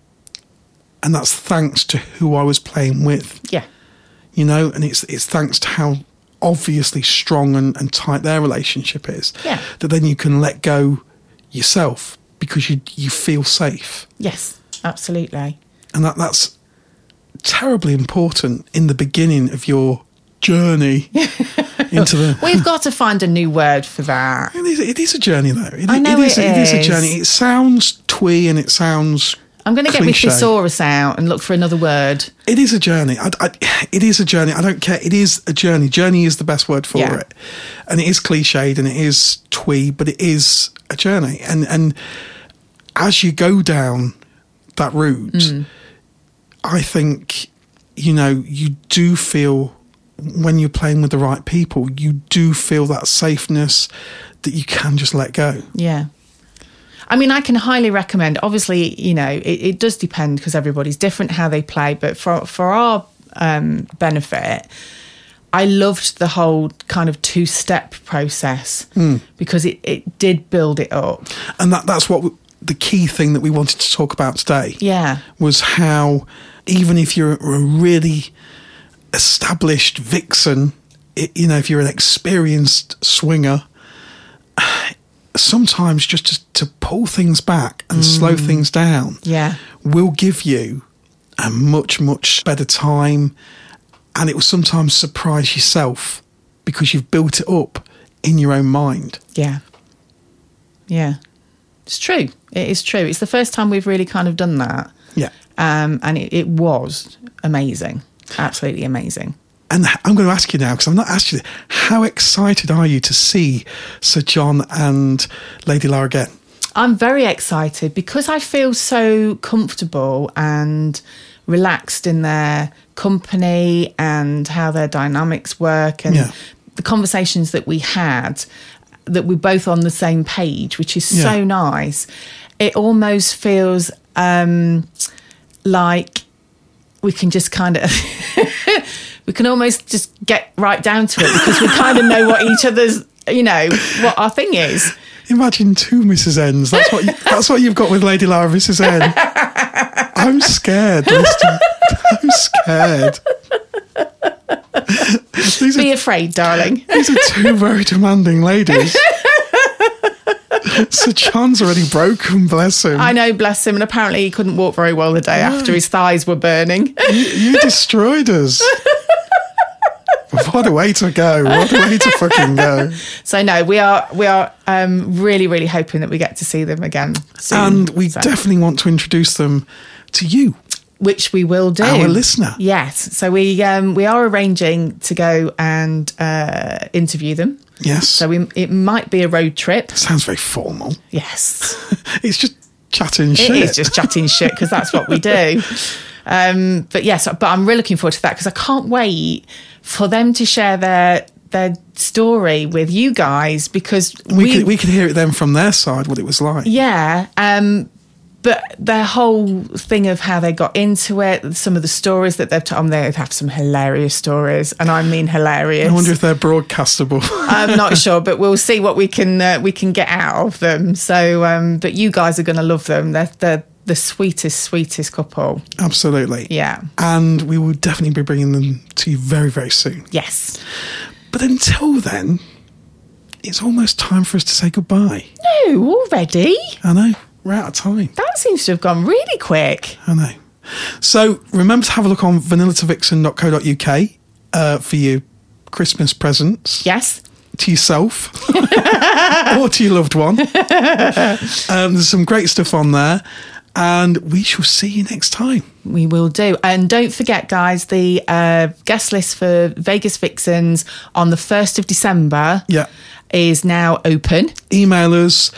Speaker 2: and that's thanks to who I was playing with,
Speaker 3: yeah
Speaker 2: you know. And it's it's thanks to how obviously strong and, and tight their relationship is.
Speaker 3: Yeah.
Speaker 2: That then you can let go yourself because you you feel safe
Speaker 3: yes absolutely
Speaker 2: and that that's terribly important in the beginning of your
Speaker 3: (laughs)
Speaker 2: journey into the.
Speaker 3: we've got to find a new word for that
Speaker 2: It is, it is a journey, though. It,
Speaker 3: I know
Speaker 2: it, is,
Speaker 3: it
Speaker 2: is a
Speaker 3: is.
Speaker 2: journey. It sounds twee and it sounds.
Speaker 3: I'm going to get my
Speaker 2: cliche.
Speaker 3: thesaurus out and look for another word
Speaker 2: It is a journey. I, I- it is a journey. I don't care. It is a journey. Journey is the best word for
Speaker 3: Yeah.
Speaker 2: it, and it is cliched and it is twee, but it is a journey. And and as you go down that route, I think you know you do feel when you're playing with the right people, you do feel that safeness that you can just let go.
Speaker 3: Yeah. I mean, I can highly recommend. Obviously, you know, it, it does depend because everybody's different how they play. But for for our um, benefit, I loved the whole kind of two step process because it, it did build it up.
Speaker 2: and that that's what we, the key thing that we wanted to talk about today.
Speaker 3: Yeah.
Speaker 2: was how even if you're a really established vixen, i you know, if you're an experienced swinger, (sighs) sometimes just to, to pull things back and slow things down,
Speaker 3: Yeah.
Speaker 2: will give you a much much better time, and it will sometimes surprise yourself because you've built it up in your own mind.
Speaker 3: Yeah. Yeah. It's true. It is true. It's the first time we've really kind of done that.
Speaker 2: Yeah.
Speaker 3: Um, and it, it was amazing. Absolutely amazing.
Speaker 2: And I'm going to ask you now because I've not asked you. this, How excited are you to see Sir John and Lady Lara again?
Speaker 3: I'm very excited because I feel so comfortable and relaxed in their company and how their dynamics work and
Speaker 2: Yeah.
Speaker 3: the conversations that we had that we're both on the same page, which is
Speaker 2: Yeah.
Speaker 3: so nice. It almost feels um, like we can just kind of (laughs) we can almost just get right down to it because we kind of know what each other's you know what our thing is.
Speaker 2: Imagine two Mrs. N's. That's what you, that's what you've got with Lady Lara, and Mrs. N. I'm scared. Lister. I'm scared. These
Speaker 3: Be
Speaker 2: are,
Speaker 3: afraid, darling.
Speaker 2: these are two very demanding ladies. Sir John's already broken, bless him.
Speaker 3: I know, bless him. And apparently, he couldn't walk very well the day
Speaker 2: Oh.
Speaker 3: after his thighs were burning. (laughs)
Speaker 2: You destroyed us. what a way to go. What a way to fucking go.
Speaker 3: so no, we are we are um, really really hoping that we get to see them again soon.
Speaker 2: And we
Speaker 3: So-
Speaker 2: definitely want to introduce them to you.
Speaker 3: which we will do.
Speaker 2: Our listener.
Speaker 3: Yes. So we um, we are arranging to go and uh, interview them.
Speaker 2: Yes.
Speaker 3: So we, it might be a road trip.
Speaker 2: Sounds very formal.
Speaker 3: Yes.
Speaker 2: It's just chatting shit.
Speaker 3: It is just chatting shit because that's what
Speaker 2: (laughs)
Speaker 3: we do. Um, but yes, but I'm really looking forward to that because I can't wait for them to share their their story with you guys because
Speaker 2: we, could, we could hear it then from their side what it was like.
Speaker 3: yeah, um, but their whole thing of how they got into it, some of the stories that they've told, they have some hilarious stories, and I mean hilarious.
Speaker 2: I wonder if they're broadcastable. (laughs)
Speaker 3: I'm not sure, but we'll see what we can uh, we can get out of them. So, um, but you guys are going to love them. They're, they're the sweetest, sweetest couple.
Speaker 2: Absolutely.
Speaker 3: Yeah.
Speaker 2: And we will definitely be bringing them to you very, very soon.
Speaker 3: Yes.
Speaker 2: But until then, it's almost time for us to say goodbye.
Speaker 3: No, already.
Speaker 2: I know, we're out of time.
Speaker 3: That seems to have gone really quick.
Speaker 2: I know. So remember to have a look on vanillatovixen.co.uk uh, for your Christmas presents
Speaker 3: Yes.
Speaker 2: to yourself or to your loved one. Um, there's some great stuff on there, and we shall see you next time.
Speaker 3: We will do. And don't forget, guys, the uh, guest list for Vegas Vixens on the 1st of December
Speaker 2: Yeah.
Speaker 3: is now open.
Speaker 2: Email us.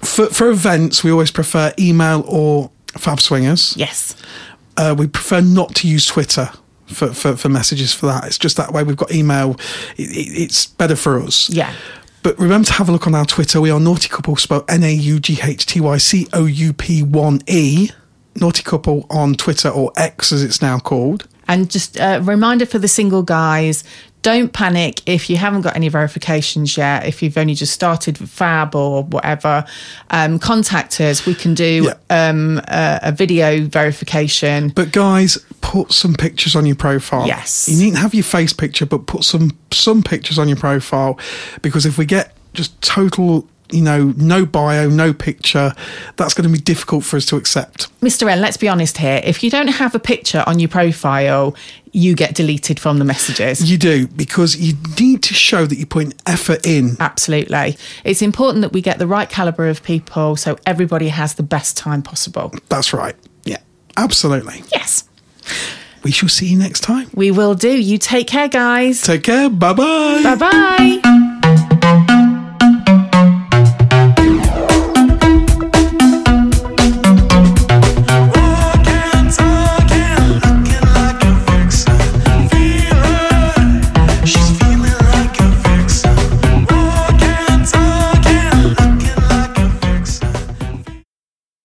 Speaker 2: For, for events, we always prefer email or Fab Swingers.
Speaker 3: Yes.
Speaker 2: uh, we prefer not to use Twitter for, for, for messages for that. It's just that way we've got email. It, it, it's better for us.
Speaker 3: Yeah.
Speaker 2: But remember to have a look on our Twitter. We are Naughty Couple, spelled N A U G H T Y C O U P 1 E. Naughty Couple on Twitter or X as it's now called.
Speaker 3: And just a reminder for the single guys don't panic if you haven't got any verifications yet, if you've only just started Fab or whatever. Um, contact us. We can do um, a, a video verification.
Speaker 2: But guys, put some pictures on your profile.
Speaker 3: Yes.
Speaker 2: You needn't have your face picture, but put some some pictures on your profile because if we get just total, you know, no bio, no picture, that's going to be difficult for us to accept.
Speaker 3: Mr. N, let's be honest here. If you don't have a picture on your profile, you get deleted from the messages.
Speaker 2: You do because you need to show that you're putting effort in.
Speaker 3: Absolutely. It's important that we get the right caliber of people so everybody has the best time possible.
Speaker 2: That's right. Yeah, absolutely.
Speaker 3: Yes,
Speaker 2: We shall see you next time.
Speaker 3: we will do. You take care, guys.
Speaker 2: Take care. Bye bye.
Speaker 3: Bye bye.